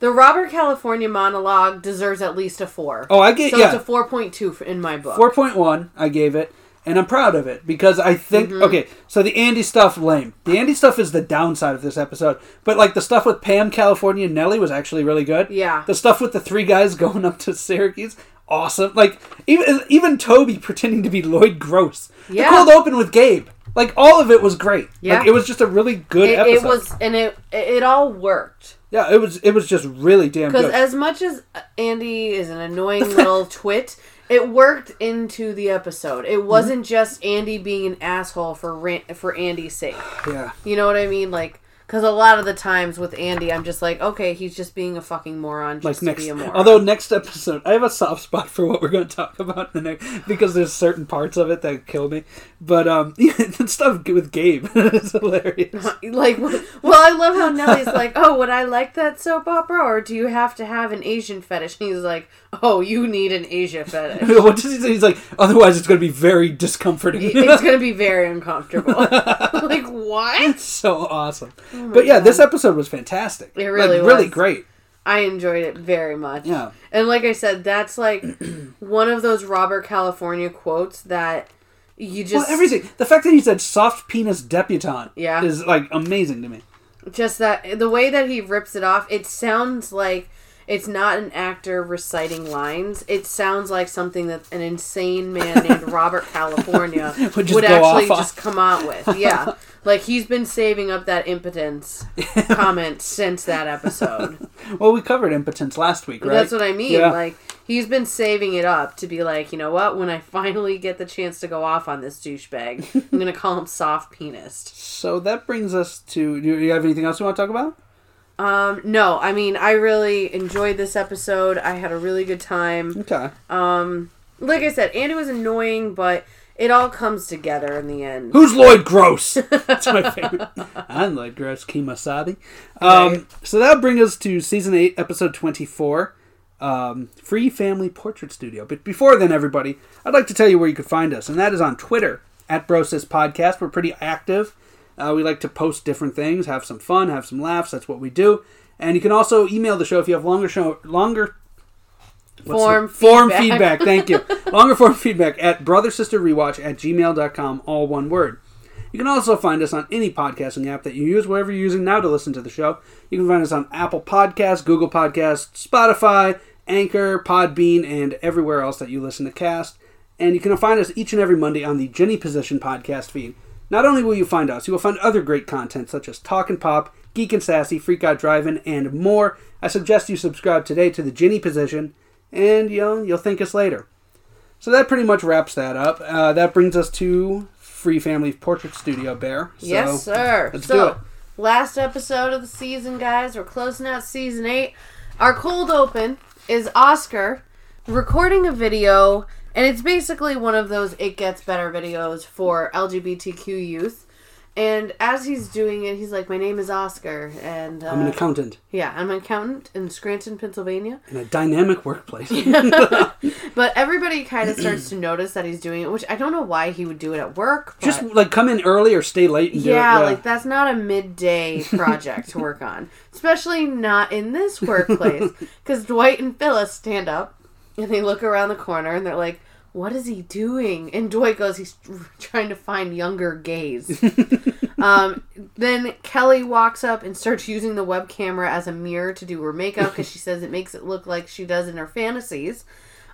Speaker 2: the Robert California monologue deserves at least a four.
Speaker 1: Oh, I get
Speaker 2: so
Speaker 1: yeah.
Speaker 2: it's a 4.2 f- in my book.
Speaker 1: Four point one, I gave it, and I'm proud of it because I think
Speaker 2: Mm-hmm.
Speaker 1: okay. So the Andy stuff, lame. The Andy stuff is the downside of this episode, but like the stuff with Pam, California, and Nelly was actually really good.
Speaker 2: Yeah.
Speaker 1: The stuff with the three guys [laughs] going up to Syracuse, awesome. Like even even Toby [laughs] pretending to be Lloyd Gross.
Speaker 2: Yeah.
Speaker 1: The cold open with Gabe. Like all of it was great.
Speaker 2: Yeah.
Speaker 1: Like it was just a really good
Speaker 2: It, it
Speaker 1: episode.
Speaker 2: was, and it it all worked.
Speaker 1: Yeah, it was. It was just really damn
Speaker 2: Because
Speaker 1: good.
Speaker 2: as much as Andy is an annoying
Speaker 1: [laughs]
Speaker 2: little twit, it worked into the episode. It
Speaker 1: Mm-hmm.
Speaker 2: wasn't just Andy being an asshole for ran- for Andy's sake.
Speaker 1: yeah.
Speaker 2: You know what I mean? Like, because a lot of the times with Andy, I'm just like, okay, he's just being a fucking moron.
Speaker 1: like
Speaker 2: Just to
Speaker 1: next
Speaker 2: be a moron.
Speaker 1: although next episode i have a soft spot for what we're going to talk [laughs] about in the next because there's certain parts of it that kill me but um [laughs] yeah, the stuff with gabe [laughs] is
Speaker 2: [laughs]
Speaker 1: hilarious
Speaker 2: [laughs]
Speaker 1: [laughs]
Speaker 2: like, well, I love how Nelly's like, oh, would I like that soap opera, or do you have to have an Asian fetish? And he's like, oh, you need an
Speaker 1: [laughs]
Speaker 2: Asia fetish.
Speaker 1: what does he say he's like otherwise it's going to be very discomforting [laughs]
Speaker 2: It's gonna be very uncomfortable. [laughs] like what?
Speaker 1: so awesome but yeah this episode was fantastic
Speaker 2: Oh It really
Speaker 1: like, really
Speaker 2: was.
Speaker 1: great
Speaker 2: I enjoyed it very much.
Speaker 1: Yeah.
Speaker 2: And like I said, that's
Speaker 1: [clears throat]
Speaker 2: like one of those Robert California quotes that you
Speaker 1: well,
Speaker 2: just
Speaker 1: everything the fact that he said soft penis debutante
Speaker 2: Yeah.
Speaker 1: is like amazing to me
Speaker 2: just that the way that he rips it off it sounds like it's not an actor reciting lines it sounds like something that an insane man named
Speaker 1: [laughs]
Speaker 2: robert california
Speaker 1: Would
Speaker 2: would,
Speaker 1: just go
Speaker 2: actually
Speaker 1: off on.
Speaker 2: just come out with
Speaker 1: [laughs]
Speaker 2: yeah like he's been saving up that impotence comment since that episode
Speaker 1: well we covered impotence last week right
Speaker 2: that's what i mean
Speaker 1: Yeah.
Speaker 2: like he's been saving it up to be like you know what when i finally get the chance to go off on this
Speaker 1: [laughs]
Speaker 2: douchebag i'm gonna call him soft penis
Speaker 1: so that brings us to do you have anything else you want to talk about
Speaker 2: Um, no, I mean, I really enjoyed this episode. I had a really good time.
Speaker 1: okay
Speaker 2: Like I said, Andy was annoying, but it all comes together in the end.
Speaker 1: Who's Lloyd Gross? That's my favorite. I'm Lloyd Gross, Kimasabi. Um,
Speaker 2: Right.
Speaker 1: So that'll bring us to season 8, episode 24 um, Free Family Portrait Studio. But before then, everybody, I'd like to tell you where you could find us, and that is on Twitter at Brosis Podcast. We're pretty active. Uh, we like to post different things, have some fun, have some laughs. That's what we do. And you can also email the show if you have longer show longer What's the-
Speaker 2: Form
Speaker 1: form feedback.
Speaker 2: feedback.
Speaker 1: Thank
Speaker 2: [laughs]
Speaker 1: you. Longer form feedback at brothersisterrewatch at gmail.com, all one word. You can also find us on any podcasting app that you use, whatever you're using now to listen to the show. You can find us on Apple Podcasts, Google Podcasts, Spotify, Anchor, Podbean, and everywhere else that you listen to cast. And you can find us each and every Monday on the Jenny Position podcast feed. Not only will you find us, you will find other great content such as Talk and Pop, Geek and Sassy, Freak Out Driving, and more. I suggest you subscribe today to the Jenny Position, and you know, you'll thank us later. So that pretty much wraps that up. Uh, that brings us to Free Family Portrait Studio Bear. So
Speaker 2: yes, sir.
Speaker 1: Let's
Speaker 2: so,
Speaker 1: do it.
Speaker 2: last episode of the season, guys. We're closing out season eight. Our cold open is Oscar recording a video, and it's basically one of those It Gets Better videos for LGBTQ youth. And as he's doing it, he's like, My name is Oscar. And uh,
Speaker 1: I'm an accountant
Speaker 2: Yeah, I'm an accountant in Scranton, Pennsylvania.
Speaker 1: in a dynamic
Speaker 2: [laughs]
Speaker 1: workplace.
Speaker 2: But
Speaker 1: [clears throat]
Speaker 2: everybody kind of starts to notice that he's doing it, which I don't know why he would do it at work. But
Speaker 1: Just like come in early or stay late and do it.
Speaker 2: yeah, like that's not a midday project to work
Speaker 1: [laughs]
Speaker 2: on, especially not in this workplace. Because Dwight and Phyllis stand up and they look around the corner and they're like, "What is he doing?" And Dwight goes, "He's [laughs] trying to find
Speaker 1: [laughs]
Speaker 2: younger gays." Um, then Kelly walks up and starts using the web camera as a mirror to do her makeup because she says it makes it look like she does in her fantasies.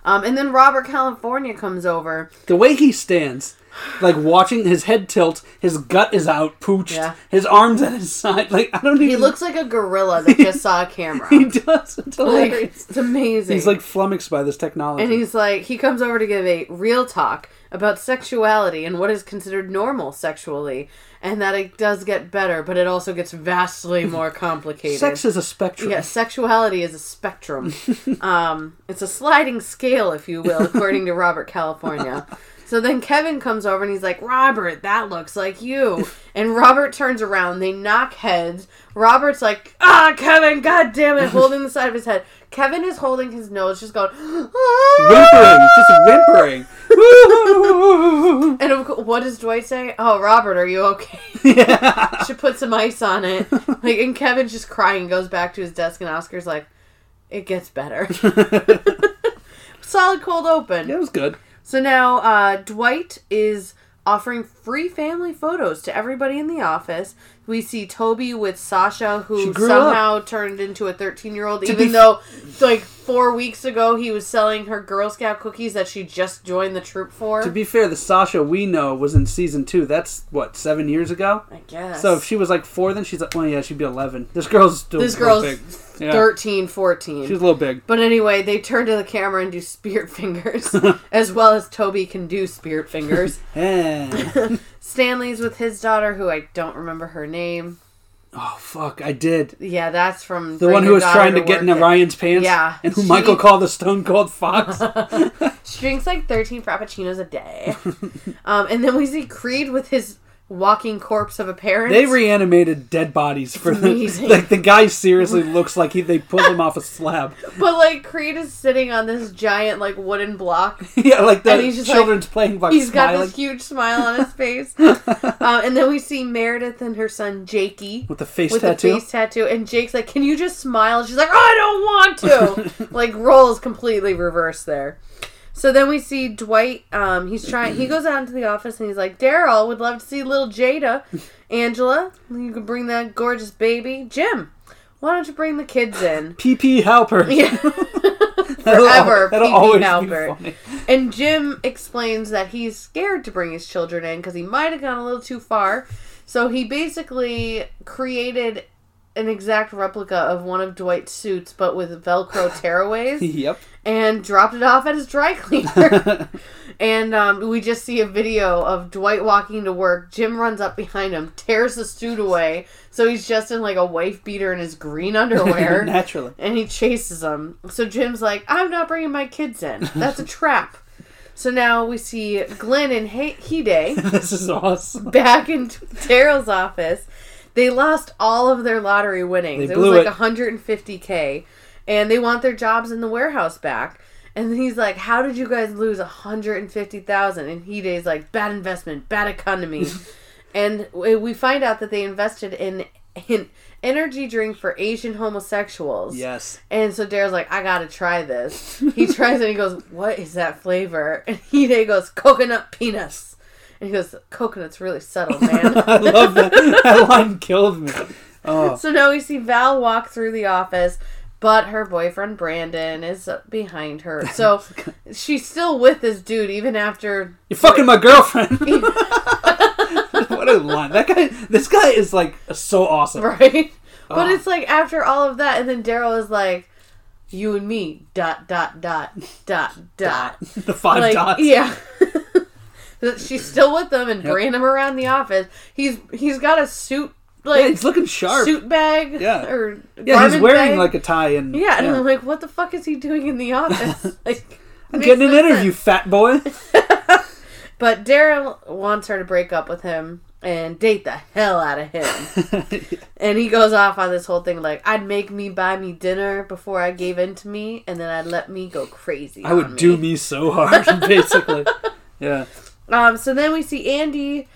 Speaker 2: Um, and then Robert California comes over.
Speaker 1: The way he stands, like watching his head tilt, his gut is out, pooched,
Speaker 2: Yeah.
Speaker 1: his arms at his side. Like I don't even. [laughs]
Speaker 2: He looks like a gorilla that just saw a camera.
Speaker 1: He does. It's
Speaker 2: like,
Speaker 1: hilarious.
Speaker 2: [laughs] it's amazing.
Speaker 1: He's like flummoxed by this technology.
Speaker 2: and he's like, he comes over to give a real talk about sexuality and what is considered normal sexually, and that it does get better, but it also
Speaker 1: [laughs]
Speaker 2: gets vastly more complicated.
Speaker 1: Sex is a spectrum.
Speaker 2: Yeah, sexuality is a spectrum. um, it's a sliding scale, if you will, according to Robert California. So then Kevin comes over and he's like, Robert, that looks like you. And Robert turns around. They knock heads. Robert's like, ah, Kevin, god damn it, holding the side of his head. Kevin is holding his nose, just going, [gasps] ah!
Speaker 1: Whimpering, just whimpering. [laughs] Woo!
Speaker 2: And of, cou- what does Dwight say? Oh, Robert, are you okay?
Speaker 1: [laughs] yeah.
Speaker 2: [laughs] should put some ice
Speaker 1: [laughs]
Speaker 2: on it. Like, and Kevin's just crying, goes back to his desk, and Oscar's like, "It
Speaker 1: [laughs]
Speaker 2: gets better." [laughs] Solid cold open.
Speaker 1: That was good.
Speaker 2: So now uh, Dwight is offering free family photos to everybody in the office. We see Toby with Sasha,
Speaker 1: She
Speaker 2: who
Speaker 1: grew
Speaker 2: somehow turned into a thirteen-year-old, even
Speaker 1: be-
Speaker 2: though like four weeks ago he was selling her Girl Scout cookies that she just joined the troop for.
Speaker 1: To be fair, the Sasha we know was in season two. That's what seven years ago.
Speaker 2: I guess.
Speaker 1: So if she was like four, then she's like, well, yeah, she'd be eleven. This girl's still
Speaker 2: this
Speaker 1: real
Speaker 2: girl's
Speaker 1: big. Yeah.
Speaker 2: 13, 14.
Speaker 1: She's a little big.
Speaker 2: But anyway, they turn to the camera and do spirit fingers, [laughs] as well as Toby can do
Speaker 1: [laughs]
Speaker 2: spirit fingers.
Speaker 1: Eh.
Speaker 2: Stanley's with his daughter, who I don't remember her name.
Speaker 1: [laughs] oh fuck, I did.
Speaker 2: Yeah, that's from
Speaker 1: The
Speaker 2: Bring
Speaker 1: one who
Speaker 2: Your
Speaker 1: was
Speaker 2: Daughter
Speaker 1: trying to get
Speaker 2: Work
Speaker 1: into
Speaker 2: It.
Speaker 1: Ryan's pants,
Speaker 2: Yeah.
Speaker 1: and who
Speaker 2: She-
Speaker 1: Michael called the Stone Cold
Speaker 2: [laughs]
Speaker 1: Fox.
Speaker 2: She drinks like thirteen frappuccinos
Speaker 1: [laughs]
Speaker 2: a day, um, and then we see Creed with his walking corpse of a parent.
Speaker 1: they reanimated dead bodies for the,
Speaker 2: amazing.
Speaker 1: like the guy. Seriously, looks like he they pulled him off a slab. [laughs]
Speaker 2: but like Creed is sitting on this giant like
Speaker 1: [laughs]
Speaker 2: wooden block.
Speaker 1: yeah, like the
Speaker 2: And he's just
Speaker 1: children's playing box.
Speaker 2: He's got
Speaker 1: smiling
Speaker 2: this huge smile on
Speaker 1: [laughs]
Speaker 2: his face, uh, and then we see Meredith and her son Jakey.
Speaker 1: with the face
Speaker 2: with
Speaker 1: tattoo.
Speaker 2: the face tattoo, and Jake's like, "Can you just smile?" She's like, "I don't want to." like roles completely reversed there. So then we see Dwight. Um, he's trying. He goes out into the office and he's like, "Daryl would love to see little Jada, Angela. You could bring that gorgeous baby, Jim. Why don't you bring the kids in?"
Speaker 1: PP Halpert.
Speaker 2: Yeah.
Speaker 1: [laughs] That'll al-
Speaker 2: Forever,
Speaker 1: that'll
Speaker 2: PP
Speaker 1: always be
Speaker 2: Halpert.
Speaker 1: funny. [laughs]
Speaker 2: And Jim explains that he's scared to bring his children in because he might have gone a little too far. So he basically created an exact replica of one of Dwight's suits, but with Velcro tearaways,
Speaker 1: Yep.
Speaker 2: and dropped it off at his dry cleaner. and um, we just see a video of Dwight walking to work. Jim runs up behind him, tears the suit away, so he's just in like a wife beater in his green
Speaker 1: [laughs]
Speaker 2: underwear
Speaker 1: Naturally.
Speaker 2: and he chases them. So Jim's like, "I'm not bringing my kids in.
Speaker 1: [laughs]
Speaker 2: That's a trap." So now we see Glenn and He- Hide
Speaker 1: This is awesome.
Speaker 2: [laughs] back in Daryl's office. They lost all of their lottery winnings.
Speaker 1: They
Speaker 2: it was
Speaker 1: blew
Speaker 2: like
Speaker 1: it.
Speaker 2: 150k, and they want their jobs in the warehouse back. And then he's like, "How did you guys lose 150,000?" And Hide's like, "Bad investment, bad
Speaker 1: [laughs]
Speaker 2: economy." and we we find out that they invested in an energy drink for Asian homosexuals.
Speaker 1: Yes.
Speaker 2: And so Daryl's like, I gotta try this. He tries it and he goes, What is that flavor? [laughs] And he they goes, Coconut penis. And he goes, Coconut's really subtle,
Speaker 1: [laughs] [laughs] I
Speaker 2: man.
Speaker 1: love that. That line killed me. Oh.
Speaker 2: so now we see Val walk through the office, but her boyfriend Brandon is behind her. So she's still with this dude even after [laughs]
Speaker 1: You're fucking my girlfriend. [laughs] what a line. That guy this guy is like so awesome.
Speaker 2: right? But
Speaker 1: Oh.
Speaker 2: it's like after all of that, and then Daryl is like, You and me, dot dot dot dot dot.
Speaker 1: The five
Speaker 2: like,
Speaker 1: dots.
Speaker 2: Yeah. [laughs] That She's still with them and bringing him around the office. He's he's got a suit
Speaker 1: Yeah,
Speaker 2: like
Speaker 1: he's looking sharp.
Speaker 2: suit bag.
Speaker 1: Yeah.
Speaker 2: Or
Speaker 1: yeah, he's
Speaker 2: garment
Speaker 1: wearing
Speaker 2: bag.
Speaker 1: like a tie and
Speaker 2: yeah, and I'm like, what the fuck is he doing
Speaker 1: [laughs]
Speaker 2: in the office? like
Speaker 1: I'm getting an interview, fat
Speaker 2: [laughs]
Speaker 1: boy. [laughs]
Speaker 2: But Daryl wants her to break up with him and date the hell out of
Speaker 1: [laughs]
Speaker 2: him. And he goes off on this whole thing like, I'd make me buy me dinner before I gave in to me, and then I'd let me go crazy.
Speaker 1: I would
Speaker 2: on
Speaker 1: do me so hard, [laughs] basically. Yeah.
Speaker 2: Um, so then we see Andy.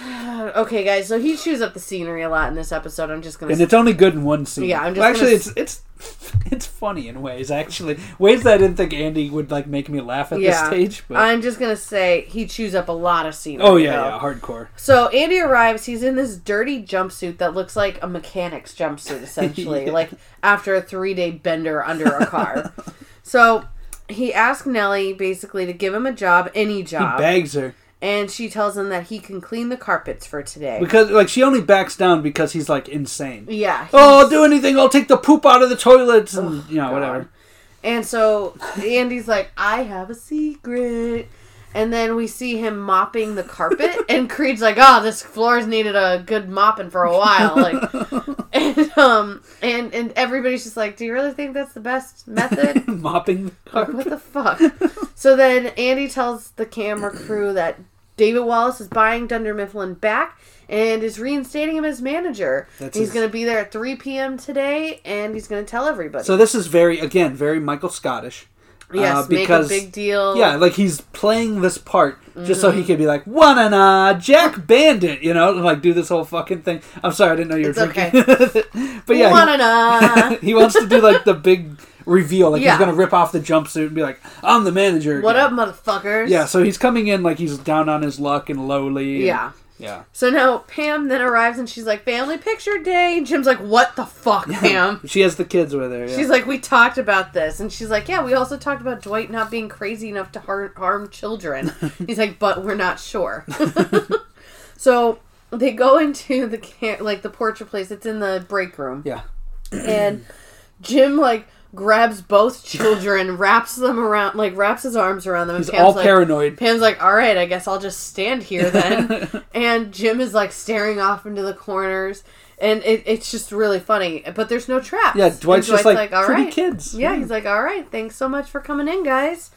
Speaker 2: [sighs] okay, guys. So he chews up the scenery a lot in this episode. I'm just gonna.
Speaker 1: And it's only good in one scene.
Speaker 2: Yeah, I'm just
Speaker 1: well, actually,
Speaker 2: gonna
Speaker 1: it's it's it's [laughs] funny in ways. Actually, ways that I didn't think Andy would like make me laugh at
Speaker 2: Yeah.
Speaker 1: this stage. But
Speaker 2: I'm just gonna say he chews up a lot of scenery.
Speaker 1: oh yeah,
Speaker 2: though.
Speaker 1: yeah, hardcore.
Speaker 2: So Andy arrives. He's in this dirty jumpsuit that looks like a mechanic's
Speaker 1: [laughs]
Speaker 2: jumpsuit, essentially,
Speaker 1: Yeah. [laughs]
Speaker 2: like after a three day bender under a car. so he asks Nellie basically to give him a job, any
Speaker 1: He
Speaker 2: job,
Speaker 1: bags her
Speaker 2: and she tells him that he can clean the carpets for today.
Speaker 1: because like she only backs down because he's like insane.
Speaker 2: yeah.
Speaker 1: Oh,
Speaker 2: he's-
Speaker 1: I'll do anything. I'll take the poop out of the toilets and you know
Speaker 2: God.
Speaker 1: Oh, whatever.
Speaker 2: And so Andy's like, I have a secret. And then we see him mopping
Speaker 1: [laughs]
Speaker 2: the carpet, and Creed's like, "Oh, this floor's needed a good mopping for a while."
Speaker 1: [laughs]
Speaker 2: Like, and um, and and everybody's just like, "Do you really think that's the best method?"
Speaker 1: [laughs] Mopping the
Speaker 2: Like,
Speaker 1: carpet.
Speaker 2: what the fuck? so then Andy tells the camera crew that David Wallace is buying Dunder Mifflin back and is reinstating him as manager.
Speaker 1: That's
Speaker 2: he's
Speaker 1: his-
Speaker 2: going to be there at 3 p.m. today, and he's going to tell everybody.
Speaker 1: So this is very again very Michael Scottish.
Speaker 2: yes,
Speaker 1: uh, because-
Speaker 2: make a big deal.
Speaker 1: Yeah, like he's playing this part just so
Speaker 2: Mm-hmm.
Speaker 1: he could be like, one and uh, Jack Bandit, you know, like do this whole fucking thing. I'm sorry, I didn't know you were
Speaker 2: It's okay.
Speaker 1: drinking. [laughs] but yeah, he- [laughs]
Speaker 2: Wanna
Speaker 1: he wants to do like the big reveal. Like
Speaker 2: Yeah.
Speaker 1: he's gonna rip off the jumpsuit and be like, "I'm the manager."
Speaker 2: what
Speaker 1: again."
Speaker 2: up, motherfuckers?
Speaker 1: Yeah. So he's coming in like he's down on his luck and lowly. and-
Speaker 2: Yeah.
Speaker 1: yeah.
Speaker 2: So now Pam then arrives and she's like, family picture day. And Jim's like, what the fuck, Pam?
Speaker 1: She has the kids with her. [laughs] Yeah.
Speaker 2: She's like, we talked about this. And she's like, yeah, we also talked about Dwight not being crazy enough to har- harm children.
Speaker 1: [laughs]
Speaker 2: He's like, but we're not sure. [laughs] so they go into the, ca- like, the portrait place. It's in the break room.
Speaker 1: yeah.
Speaker 2: and Jim like grabs
Speaker 1: [laughs]
Speaker 2: both children, wraps them around, like wraps his arms around them.
Speaker 1: He's
Speaker 2: and Pam's
Speaker 1: all
Speaker 2: like,
Speaker 1: paranoid. [laughs]
Speaker 2: Pam's like, "All right, I guess I'll just stand here then." and Jim is like staring off into the corners, and it, it's just really funny. But there's no traps.
Speaker 1: Yeah.
Speaker 2: And
Speaker 1: Dwight's just like,
Speaker 2: "All
Speaker 1: pretty
Speaker 2: right."
Speaker 1: kids.
Speaker 2: Yeah, he's like, "All right, thanks so much for coming in, guys."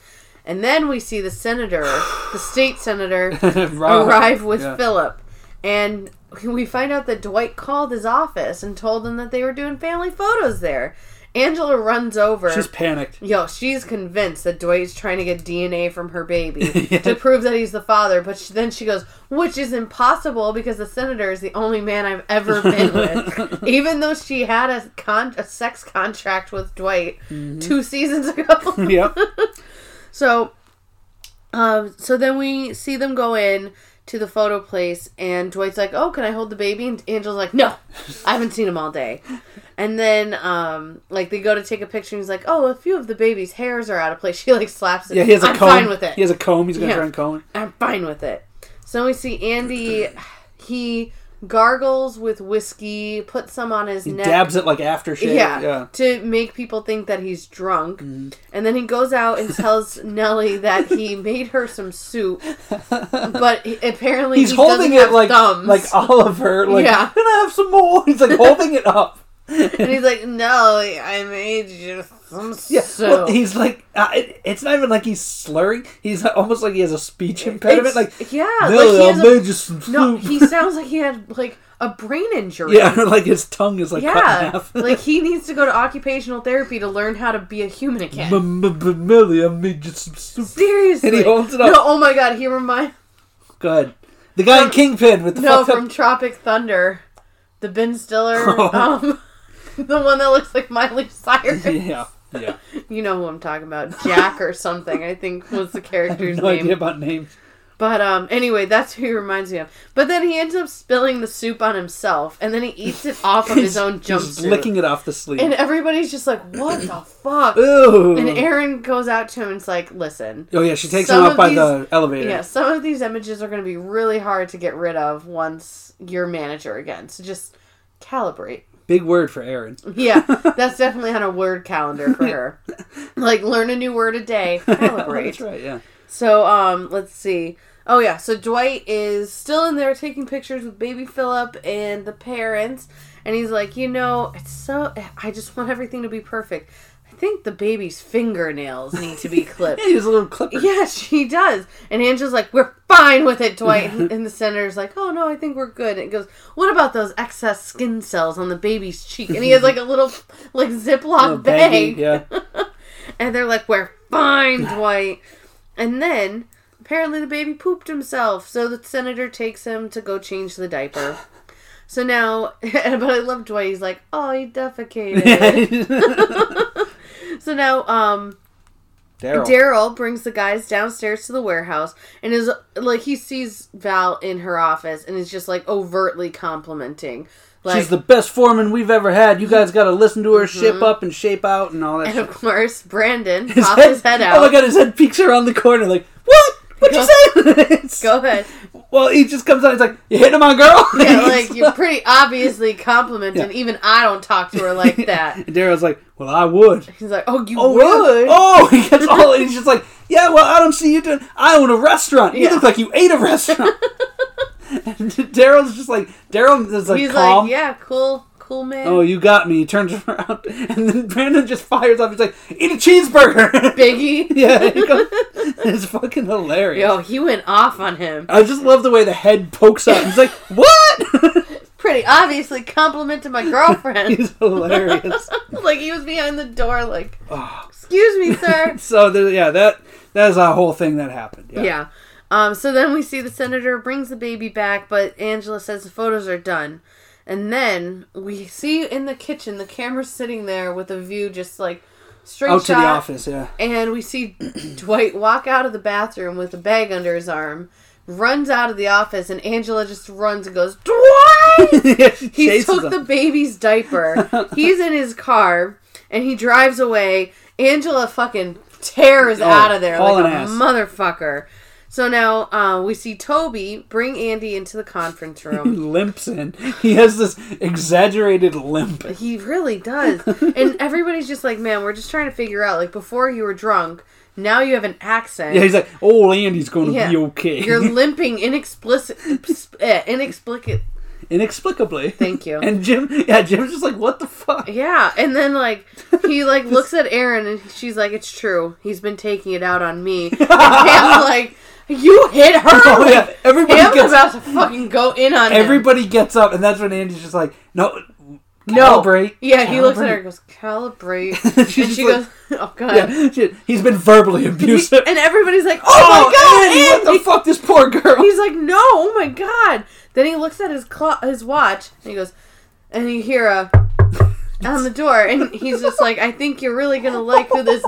Speaker 2: And then we see the senator, the
Speaker 1: [laughs]
Speaker 2: state senator,
Speaker 1: Right.
Speaker 2: arrive with
Speaker 1: Oh, Yeah.
Speaker 2: Philip. And we find out that Dwight called his office and told them that they were doing family photos there. Angela runs over.
Speaker 1: She's panicked. [laughs]
Speaker 2: Yo, she's convinced that Dwight's trying to get DNA from
Speaker 1: [laughs]
Speaker 2: her baby to prove that he's the father, but she, then she goes, which is impossible because the senator is the only man I've
Speaker 1: [laughs]
Speaker 2: ever been with. Even though she had a, con- a sex contract with Dwight
Speaker 1: Mm-hmm.
Speaker 2: two seasons [laughs] ago.
Speaker 1: yep.
Speaker 2: So, um, so then we see them go in to the photo place, and Dwight's like, "Oh, can I hold the baby?" And Angela's like, "No, I haven't seen him all day." And then, um, like they go to take a picture, and he's like, "Oh, a few of the baby's hairs are out of place." [laughs] She like slaps it.
Speaker 1: Yeah. He has a
Speaker 2: I'm
Speaker 1: comb.
Speaker 2: fine with it.
Speaker 1: He has a comb. He's gonna
Speaker 2: Yeah.
Speaker 1: try and comb. it.
Speaker 2: I'm fine with it. So we see Andy. He gargles with whiskey, puts some on his neck.
Speaker 1: Dabs it like aftershave.
Speaker 2: Yeah, [laughs]
Speaker 1: Yeah. Mm-hmm.
Speaker 2: to make people think that he's drunk. And then he goes out and
Speaker 1: [laughs]
Speaker 2: tells Nelly that he made her some soup, but he- apparently
Speaker 1: He's
Speaker 2: he
Speaker 1: holding
Speaker 2: doesn't
Speaker 1: it
Speaker 2: have
Speaker 1: like
Speaker 2: thumbs.
Speaker 1: like uh, Oliver. Like,
Speaker 2: Yeah.
Speaker 1: can I have some more? He's like holding it up. [laughs]
Speaker 2: and he's like, "Nelly, I made you some
Speaker 1: [laughs] Yeah,
Speaker 2: soup."
Speaker 1: well, he's like, uh, it, it's not even like he's slurring. He's almost like he has a speech impediment.
Speaker 2: It's-
Speaker 1: like,
Speaker 2: yeah,
Speaker 1: no,
Speaker 2: like he
Speaker 1: I
Speaker 2: has a-
Speaker 1: made you some
Speaker 2: no,
Speaker 1: soup." [laughs]
Speaker 2: he sounds like he had like a brain injury.
Speaker 1: yeah, [laughs] like his tongue is like cut in
Speaker 2: Yeah,
Speaker 1: half.
Speaker 2: [laughs] like he needs to go to occupational therapy to learn how to be a human
Speaker 1: [laughs]
Speaker 2: again.
Speaker 1: M- m- m- Millie, I made you some soup.
Speaker 2: Seriously,
Speaker 1: And he holds it
Speaker 2: No,
Speaker 1: up.
Speaker 2: oh my god, he reminds.
Speaker 1: Good. The guy in Kingpin with the
Speaker 2: No,
Speaker 1: fucked
Speaker 2: from
Speaker 1: up.
Speaker 2: Tropic Thunder, the Ben Stiller,
Speaker 1: [laughs] Oh.
Speaker 2: um, [laughs] the one that looks like Miley
Speaker 1: [laughs]
Speaker 2: Cyrus.
Speaker 1: Yeah, yeah.
Speaker 2: You know who I'm talking about, Jack or something. I think was
Speaker 1: [laughs]
Speaker 2: the character's
Speaker 1: No
Speaker 2: name.
Speaker 1: idea about names.
Speaker 2: But um, anyway, that's who he reminds me of. But then he ends up spilling the soup on himself, and then he eats it off of his
Speaker 1: [laughs]
Speaker 2: own
Speaker 1: He's
Speaker 2: jumpsuit.
Speaker 1: licking it off the sleeve.
Speaker 2: [laughs] and everybody's just like,
Speaker 1: [clears throat]
Speaker 2: "What the fuck?"
Speaker 1: Ooh.
Speaker 2: And Aaron goes out to him and is like, "Listen,
Speaker 1: oh yeah, she takes him
Speaker 2: Some
Speaker 1: up
Speaker 2: of
Speaker 1: by
Speaker 2: these-
Speaker 1: the elevator.
Speaker 2: Yeah, some of these images are going to be really hard to get rid of once you're manager again. So just calibrate.
Speaker 1: Big word for Aaron.
Speaker 2: Yeah, that's definitely on a word calendar for her. like learn a new word a day,
Speaker 1: [laughs] That's [laughs]
Speaker 2: calibrate.
Speaker 1: right. Yeah.
Speaker 2: So um, let's see. Oh yeah, so Dwight is still in there taking pictures with baby Philip and the parents, and he's like, you know, it's so I just want everything to be perfect. I think the baby's fingernails need to be clipped.
Speaker 1: He's a little clipper.
Speaker 2: Yeah, she does. And Angela's like, we're fine with it,
Speaker 1: [laughs]
Speaker 2: Dwight. And, and the senator's like, oh no, I think we're good. And it goes, what about those excess skin cells on the baby's cheek? And he has like a little like
Speaker 1: Little
Speaker 2: Ziploc
Speaker 1: baggy,
Speaker 2: bag. [laughs]
Speaker 1: Yeah. [laughs]
Speaker 2: And they're like, we're fine, Dwight. And then apparently the baby pooped himself. So the senator takes him to go change the diaper. So now, [laughs] but I love Dwight. He's
Speaker 1: [laughs]
Speaker 2: like, oh, he defecated. So now, um,
Speaker 1: Daryl.
Speaker 2: Daryl brings the guys downstairs to the warehouse and is like he sees Val in her office and is just like overtly complimenting. Like, Mm-hmm.
Speaker 1: She's the best foreman we've ever had. You guys got to listen to her, ship up and shape out, and all that.
Speaker 2: and [laughs]
Speaker 1: shit.
Speaker 2: of course
Speaker 1: [laughs]
Speaker 2: Brandon pops his head out.
Speaker 1: Oh my god, his head peeks around the corner. Like what? What you say?
Speaker 2: [laughs]
Speaker 1: It's-
Speaker 2: Go
Speaker 1: [laughs]
Speaker 2: ahead.
Speaker 1: Well, he just comes out. He's like, "You hitting my girl?"
Speaker 2: Yeah,
Speaker 1: [laughs] He's
Speaker 2: like you're pretty obviously complimenting. Even I don't talk to
Speaker 1: [laughs]
Speaker 2: her [laughs] like that.
Speaker 1: And Daryl's like, "Well, I would."
Speaker 2: He's like, "Oh, you
Speaker 1: Oh,
Speaker 2: would."
Speaker 1: Oh, he
Speaker 2: [laughs]
Speaker 1: gets all. He's just like, "Yeah, well, I don't see you doing. I own a restaurant. You
Speaker 2: Yeah.
Speaker 1: look like you ate a
Speaker 2: [laughs]
Speaker 1: restaurant." and Daryl's just like, Daryl is like
Speaker 2: He's
Speaker 1: calm.
Speaker 2: like, "Yeah, cool, cool man."
Speaker 1: Oh, you got me. He turns around, [laughs] and then Brandon just fires up. He's like, "Eat a cheeseburger."
Speaker 2: Biggie.
Speaker 1: [laughs] yeah, he goes- it's fucking hilarious.
Speaker 2: Yo, he went off on him.
Speaker 1: I just love the way the head pokes up. He's like, "What?" [laughs]
Speaker 2: Pretty obviously complimented my girlfriend.
Speaker 1: he's hilarious.
Speaker 2: [laughs] like he was behind the door, like,
Speaker 1: Oh.
Speaker 2: "Excuse
Speaker 1: [laughs]
Speaker 2: me, sir."
Speaker 1: So there, yeah, that that is a whole thing that happened. Yeah.
Speaker 2: yeah. Um. So then we see the senator brings the baby back, but Angela says the photos are done. And then we see in the kitchen the camera sitting there with a view just like straight
Speaker 1: Out to the
Speaker 2: shot
Speaker 1: office. Yeah.
Speaker 2: And we see [clears throat] Dwight walk out of the bathroom with a bag under his arm, runs out of the office, and Angela just runs and goes, Dwight!
Speaker 1: [laughs] he
Speaker 2: He took the
Speaker 1: [laughs]
Speaker 2: baby's diaper. He's in his car, and he drives away. Angela fucking tears
Speaker 1: Oh,
Speaker 2: out of there like
Speaker 1: hauling
Speaker 2: a
Speaker 1: ass.
Speaker 2: motherfucker. So now uh, we see Toby bring Andy into the conference
Speaker 1: [laughs]
Speaker 2: room.
Speaker 1: limps in. He has this exaggerated limp.
Speaker 2: He really does. and everybody's just like, man, we're just trying to figure out. Like, before you were drunk, now you have an accent.
Speaker 1: Yeah, he's like, "Oh, Andy's going to
Speaker 2: Yeah.
Speaker 1: be okay." [laughs]
Speaker 2: You're limping inexplicit, [laughs] eh, inexplicably.
Speaker 1: Inexplicably.
Speaker 2: Thank you.
Speaker 1: And Jim, yeah, Jim's just like, "What the fuck?"
Speaker 2: Yeah, and then like he like looks at Aaron and she's like, "It's true. He's been taking it out on me."
Speaker 1: [laughs]
Speaker 2: And Pam's like, "You hit her."
Speaker 1: [laughs] Oh yeah,
Speaker 2: Like,
Speaker 1: everybody
Speaker 2: Pam's
Speaker 1: gets
Speaker 2: about to fucking go in on him.
Speaker 1: everybody gets up, and that's when Andy's just like, "No,
Speaker 2: No.
Speaker 1: calibrate."
Speaker 2: Yeah, he looks at her
Speaker 1: calibrate."
Speaker 2: and goes, "Calibrate,"
Speaker 1: And [laughs] she's
Speaker 2: and she
Speaker 1: just
Speaker 2: goes, "Oh
Speaker 1: [laughs]
Speaker 2: god."
Speaker 1: Yeah, shit, he's been verbally abusive.
Speaker 2: And everybody's like, "Oh, my god!"
Speaker 1: Andy, what the fuck, this poor girl.
Speaker 2: He's like, no, oh my god. Then he looks at his clock, his watch, and he goes, and you hear a on the door, and he's just like, I think you're really gonna like who this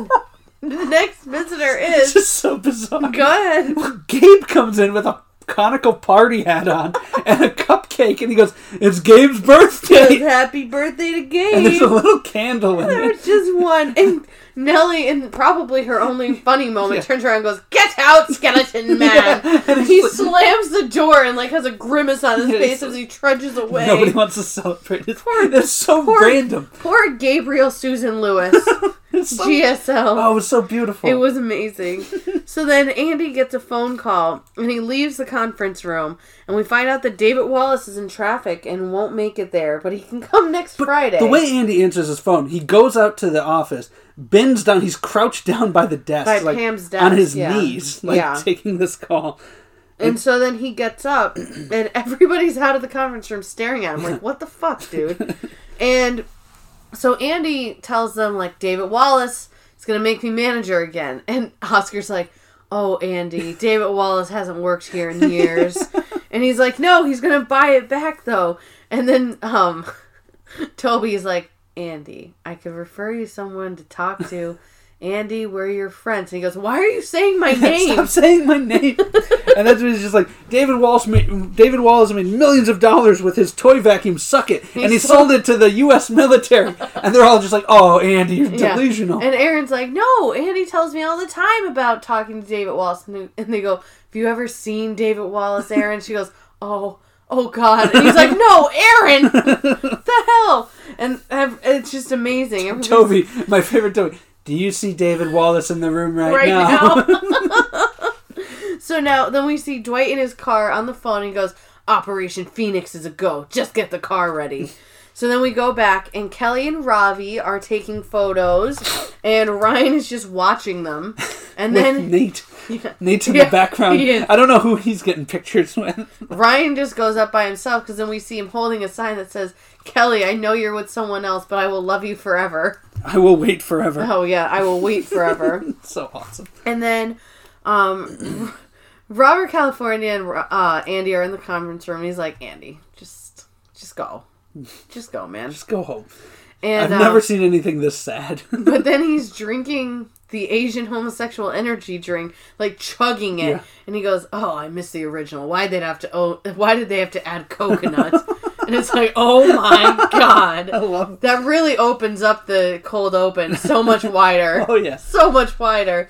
Speaker 2: next visitor
Speaker 1: It's [laughs]
Speaker 2: is.
Speaker 1: just so bizarre.
Speaker 2: Go ahead.
Speaker 1: Gabe comes in with a conical party hat on and a cupcake, and he goes, "It's Gabe's birthday."
Speaker 2: Happy birthday to
Speaker 1: And there's a
Speaker 2: Gabe.
Speaker 1: little candle in it.
Speaker 2: There's just one, and Nellie, in probably her only funny moment,
Speaker 1: Yeah.
Speaker 2: turns around and goes, "Get out, skeleton man!"
Speaker 1: [laughs] Yeah, and
Speaker 2: He
Speaker 1: he's like-
Speaker 2: slams the door and like has a grimace on his
Speaker 1: Yeah,
Speaker 2: face
Speaker 1: he's
Speaker 2: as he trudges away.
Speaker 1: [laughs] Nobody wants to celebrate. It's, it's so random.
Speaker 2: Poor Gabriel Susan Lewis.
Speaker 1: It's so,
Speaker 2: GSL.
Speaker 1: oh, it's so beautiful.
Speaker 2: It
Speaker 1: [laughs]
Speaker 2: was amazing. so then Andy gets a phone call and he leaves the conference room and we find out that David Wallace is in traffic and won't make it there, but he can come next Friday.
Speaker 1: the way Andy answers his phone, he goes out to the office, bends down, he's crouched down by the desk,
Speaker 2: By
Speaker 1: like
Speaker 2: Pam's
Speaker 1: on
Speaker 2: desk,
Speaker 1: his
Speaker 2: yeah.
Speaker 1: knees, like
Speaker 2: Yeah.
Speaker 1: taking this call.
Speaker 2: and so then he gets up and everybody's out of the conference room staring at him like, "What the fuck, dude?" and so Andy tells them like David Wallace is going to make me manager again. And Oscar's like, "Oh, Andy, David Wallace hasn't worked here in years." and he's like, "No, he's going to buy it back though." And then um [laughs] Toby's like, "Andy, I could refer you someone to talk to. Andy, we're your friends." And he goes, "Why are you saying my name?"
Speaker 1: Stop saying my
Speaker 2: [laughs]
Speaker 1: name. and that's when he's just like David Wallace. Made, David Wallace made millions of dollars with his toy vacuum socket, and he sold it to the U.S. military. and they're all just like, "Oh, Andy, you're [laughs]
Speaker 2: Yeah.
Speaker 1: delusional."
Speaker 2: And Aaron's like, no, Andy tells me all the time about talking to David Wallace. And they, and they go, have you ever seen David Wallace, Aaron? She goes, oh, oh God. And he's like, no,
Speaker 1: [laughs]
Speaker 2: Aaron, [laughs] what the hell? And ev- it's just amazing.
Speaker 1: [laughs]
Speaker 2: Everybody's
Speaker 1: Toby, my favorite Toby. Do you see David Wallace in the room right,
Speaker 2: right
Speaker 1: [laughs]
Speaker 2: now. [laughs] so now, then we see Dwight in his car on the phone. And he goes, Operation Phoenix is a go. Just get the car ready. So then we go back, and Kelly and Ravi are taking photos, and Ryan is just watching them. And
Speaker 1: With
Speaker 2: then
Speaker 1: Nate, Nate's in
Speaker 2: Yeah,
Speaker 1: the background.
Speaker 2: he is.
Speaker 1: I don't know who he's getting pictures with. [laughs]
Speaker 2: Ryan just goes up by himself because then we see him holding a sign that says, Kelly, I know you're with someone else, but I will love you forever. [laughs]
Speaker 1: I will wait forever.
Speaker 2: Oh, yeah, I will wait forever.
Speaker 1: So awesome.
Speaker 2: And then, um, [clears throat] Robert California and uh, Andy are in the conference room. He's like, Andy, just, just go, just go, man.
Speaker 1: Just go home.
Speaker 2: And
Speaker 1: I've
Speaker 2: um,
Speaker 1: never seen anything this sad. [laughs]
Speaker 2: but then he's drinking the Asian homosexual energy drink, like chugging it,
Speaker 1: Yeah.
Speaker 2: and he goes, "Oh, I miss the original. Why did have to? Oh, why did they have to add coconut?" and it's like, "Oh
Speaker 1: [laughs]
Speaker 2: my
Speaker 1: I
Speaker 2: god."
Speaker 1: love.
Speaker 2: That really opens up the cold open so much wider
Speaker 1: Oh yes.
Speaker 2: so much wider.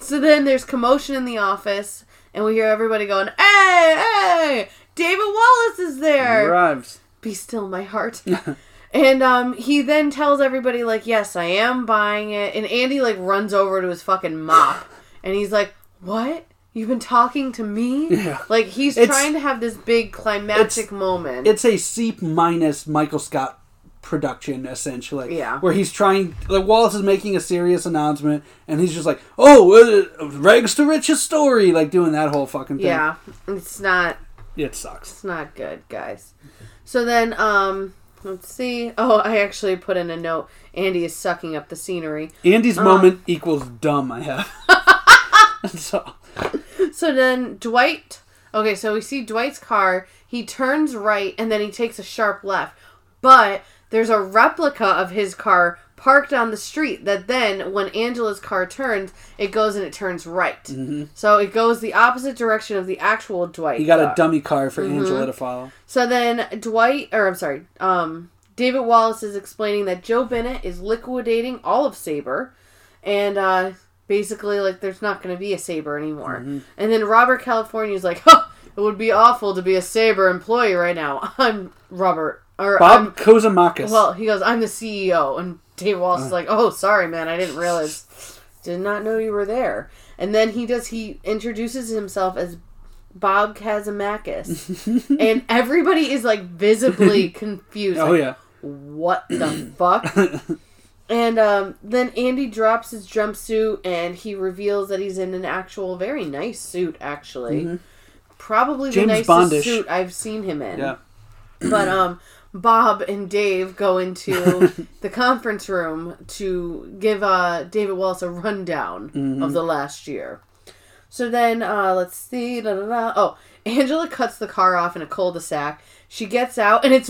Speaker 2: So then there's commotion in the office, and we hear everybody going, "Hey, hey! David Wallace is there!
Speaker 1: Arrives.
Speaker 2: Be still,
Speaker 1: [laughs]
Speaker 2: my heart." and um, he then tells everybody, like, "Yes, I am buying it." And Andy like runs over to his fucking mop, and he's like, "What?" You've been talking to me?
Speaker 1: Yeah.
Speaker 2: Like he's
Speaker 1: It's-
Speaker 2: trying to have this big climactic
Speaker 1: it's-
Speaker 2: moment.
Speaker 1: It's a seep minus Michael Scott production essentially.
Speaker 2: Yeah.
Speaker 1: Where he's trying like Wallace is making a serious announcement and he's just like, "Oh, uh, rags to riches story," like doing that whole fucking thing.
Speaker 2: yeah. It's not
Speaker 1: It sucks.
Speaker 2: It's not good, guys. So then, um, let's see. Oh, I actually put in a note. Andy is sucking up the scenery.
Speaker 1: Andy's moment equals dumb. I have. [laughs] That's all.
Speaker 2: So then, Dwight. Okay, so we see Dwight's car. He turns right and then he takes a sharp left. But there's a replica of his car parked on the street that then, when Angela's car turns, it goes and it turns right. So it goes the opposite direction of the actual Dwight.
Speaker 1: He got a
Speaker 2: car.
Speaker 1: dummy car for
Speaker 2: mm-hmm.
Speaker 1: Angela to follow.
Speaker 2: So then Dwight, or I'm sorry, um, David Wallace is explaining that Joe Bennett is liquidating all of Saber, and uh, basically like there's not going to be a Saber anymore. And then Robert California's like, "Huh, it would be awful to be a Saber employee right now." [laughs] I'm Robert, or I'm,
Speaker 1: Bob Kozamakis.
Speaker 2: well, he goes, "I'm the CEO," and David Wallace
Speaker 1: Uh.
Speaker 2: is like, "Oh, sorry, man, I didn't realize, did not know you were there." And then he does he introduces himself as Bob
Speaker 1: [laughs]
Speaker 2: Kazimakis, and everybody is like visibly confused.
Speaker 1: oh
Speaker 2: like,
Speaker 1: yeah.
Speaker 2: what the
Speaker 1: [laughs]
Speaker 2: fuck? And um, then Andy drops his jumpsuit and he reveals that he's in an actual very nice suit, actually. Probably
Speaker 1: Mm-hmm. James
Speaker 2: the nicest
Speaker 1: Bondish.
Speaker 2: suit I've seen him in.
Speaker 1: Yeah.
Speaker 2: But um, Bob and Dave
Speaker 1: [laughs]
Speaker 2: go into the conference room to give uh, David Wallace a rundown
Speaker 1: Mm-hmm.
Speaker 2: of the last year. So then, uh, let's see. Da, da, da. Oh, Angela cuts the car off in a cul-de-sac. She gets out, and it's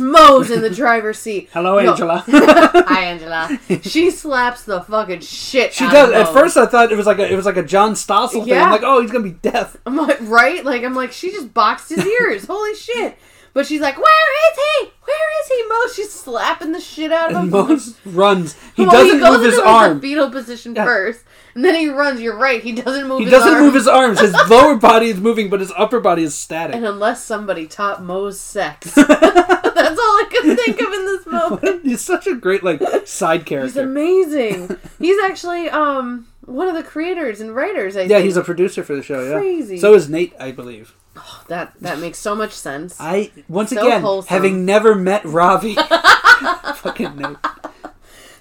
Speaker 1: [laughs]
Speaker 2: Moe's in the driver's seat.
Speaker 1: Hello,
Speaker 2: Yo,
Speaker 1: Angela. [laughs]
Speaker 2: [laughs] Hi, Angela. She slaps the fucking shit.
Speaker 1: She
Speaker 2: out
Speaker 1: does.
Speaker 2: Of
Speaker 1: At
Speaker 2: Moe.
Speaker 1: first, I thought it was like a it was like a John Stossel thing.
Speaker 2: Yeah.
Speaker 1: I'm like, oh, he's gonna be
Speaker 2: [laughs]
Speaker 1: deaf.
Speaker 2: I'm like, right? Like, I'm like, she just boxed his ears. Holy shit! But she's like, where is he? Where is he, Mo? She's slapping the shit out of him.
Speaker 1: And Mose runs. He
Speaker 2: Well,
Speaker 1: doesn't
Speaker 2: goes
Speaker 1: move his
Speaker 2: into, like, the
Speaker 1: arm.
Speaker 2: fetal position
Speaker 1: Yeah.
Speaker 2: first, and then he runs. You're right. He doesn't move.
Speaker 1: He
Speaker 2: his
Speaker 1: doesn't
Speaker 2: arm.
Speaker 1: move his arms.
Speaker 2: [laughs]
Speaker 1: His lower body is moving, but his upper body is static.
Speaker 2: And unless somebody taught Moe's
Speaker 1: [laughs]
Speaker 2: sex, [laughs] that's all I could think of in this moment.
Speaker 1: He's such a great like side
Speaker 2: He's
Speaker 1: character.
Speaker 2: amazing. he's actually um one of the creators and writers. I
Speaker 1: Yeah,
Speaker 2: think.
Speaker 1: he's a producer for the show. Yeah,
Speaker 2: Crazy.
Speaker 1: So is Nate, I believe.
Speaker 2: that that makes so much sense.
Speaker 1: I once
Speaker 2: So
Speaker 1: again,
Speaker 2: wholesome.
Speaker 1: having never met
Speaker 2: [laughs]
Speaker 1: Ravi, fucking Nate.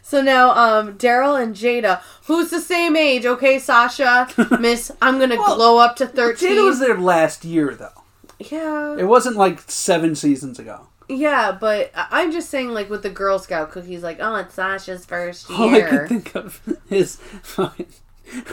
Speaker 2: So now, um, Daryl and Jada, who's the same age, okay,
Speaker 1: [laughs]
Speaker 2: Sasha, Miss, I'm gonna
Speaker 1: Well,
Speaker 2: glow up to thirteen.
Speaker 1: Jada was there last year though.
Speaker 2: yeah,
Speaker 1: It wasn't like seven seasons ago.
Speaker 2: yeah, but I- I'm just saying, like with the Girl Scout cookies, like, oh, it's Sasha's first year.
Speaker 1: All Oh, I could think of is fucking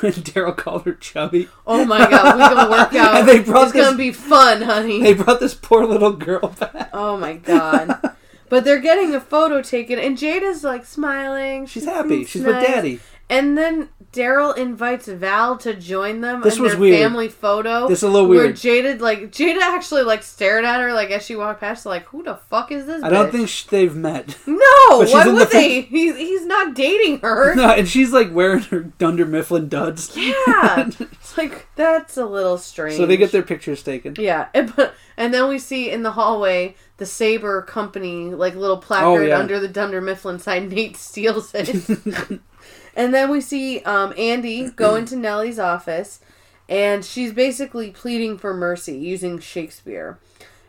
Speaker 1: when Daryl called her chubby.
Speaker 2: Oh my god, we gonna work
Speaker 1: [laughs]
Speaker 2: out.
Speaker 1: And they brought
Speaker 2: it's
Speaker 1: this-
Speaker 2: gonna be fun, honey.
Speaker 1: They brought this poor little girl back.
Speaker 2: Oh
Speaker 1: [laughs]
Speaker 2: my god. But they're getting a photo taken, and Jada's like smiling.
Speaker 1: She's
Speaker 2: "Mm,
Speaker 1: happy.
Speaker 2: it's
Speaker 1: She's with
Speaker 2: nice."
Speaker 1: daddy.
Speaker 2: And then Daryl invites Val to join them.
Speaker 1: This
Speaker 2: in
Speaker 1: was
Speaker 2: their
Speaker 1: weird.
Speaker 2: Family photo.
Speaker 1: This is a little
Speaker 2: Where
Speaker 1: weird.
Speaker 2: Jada like Jada actually like stared at her like as she walked past, like who the fuck is this?
Speaker 1: I don't
Speaker 2: bitch?"
Speaker 1: think sh- they've met.
Speaker 2: No,
Speaker 1: But she's
Speaker 2: what
Speaker 1: in
Speaker 2: was
Speaker 1: the
Speaker 2: he? He's he's not dating
Speaker 1: [laughs]
Speaker 2: her.
Speaker 1: No, and she's like wearing her Dunder Mifflin duds. [laughs]
Speaker 2: Yeah, it's like that's a little strange.
Speaker 1: So they get their pictures taken.
Speaker 2: Yeah, [laughs] and, but, and then we see in the hallway the Saber Company like little placard
Speaker 1: Oh, yeah.
Speaker 2: under the Dunder Mifflin sign. [laughs] Nate steals
Speaker 1: [laughs]
Speaker 2: it, and then we see um,
Speaker 1: [clears throat]
Speaker 2: Andy go into Nellie's office, and she's basically pleading for mercy using Shakespeare,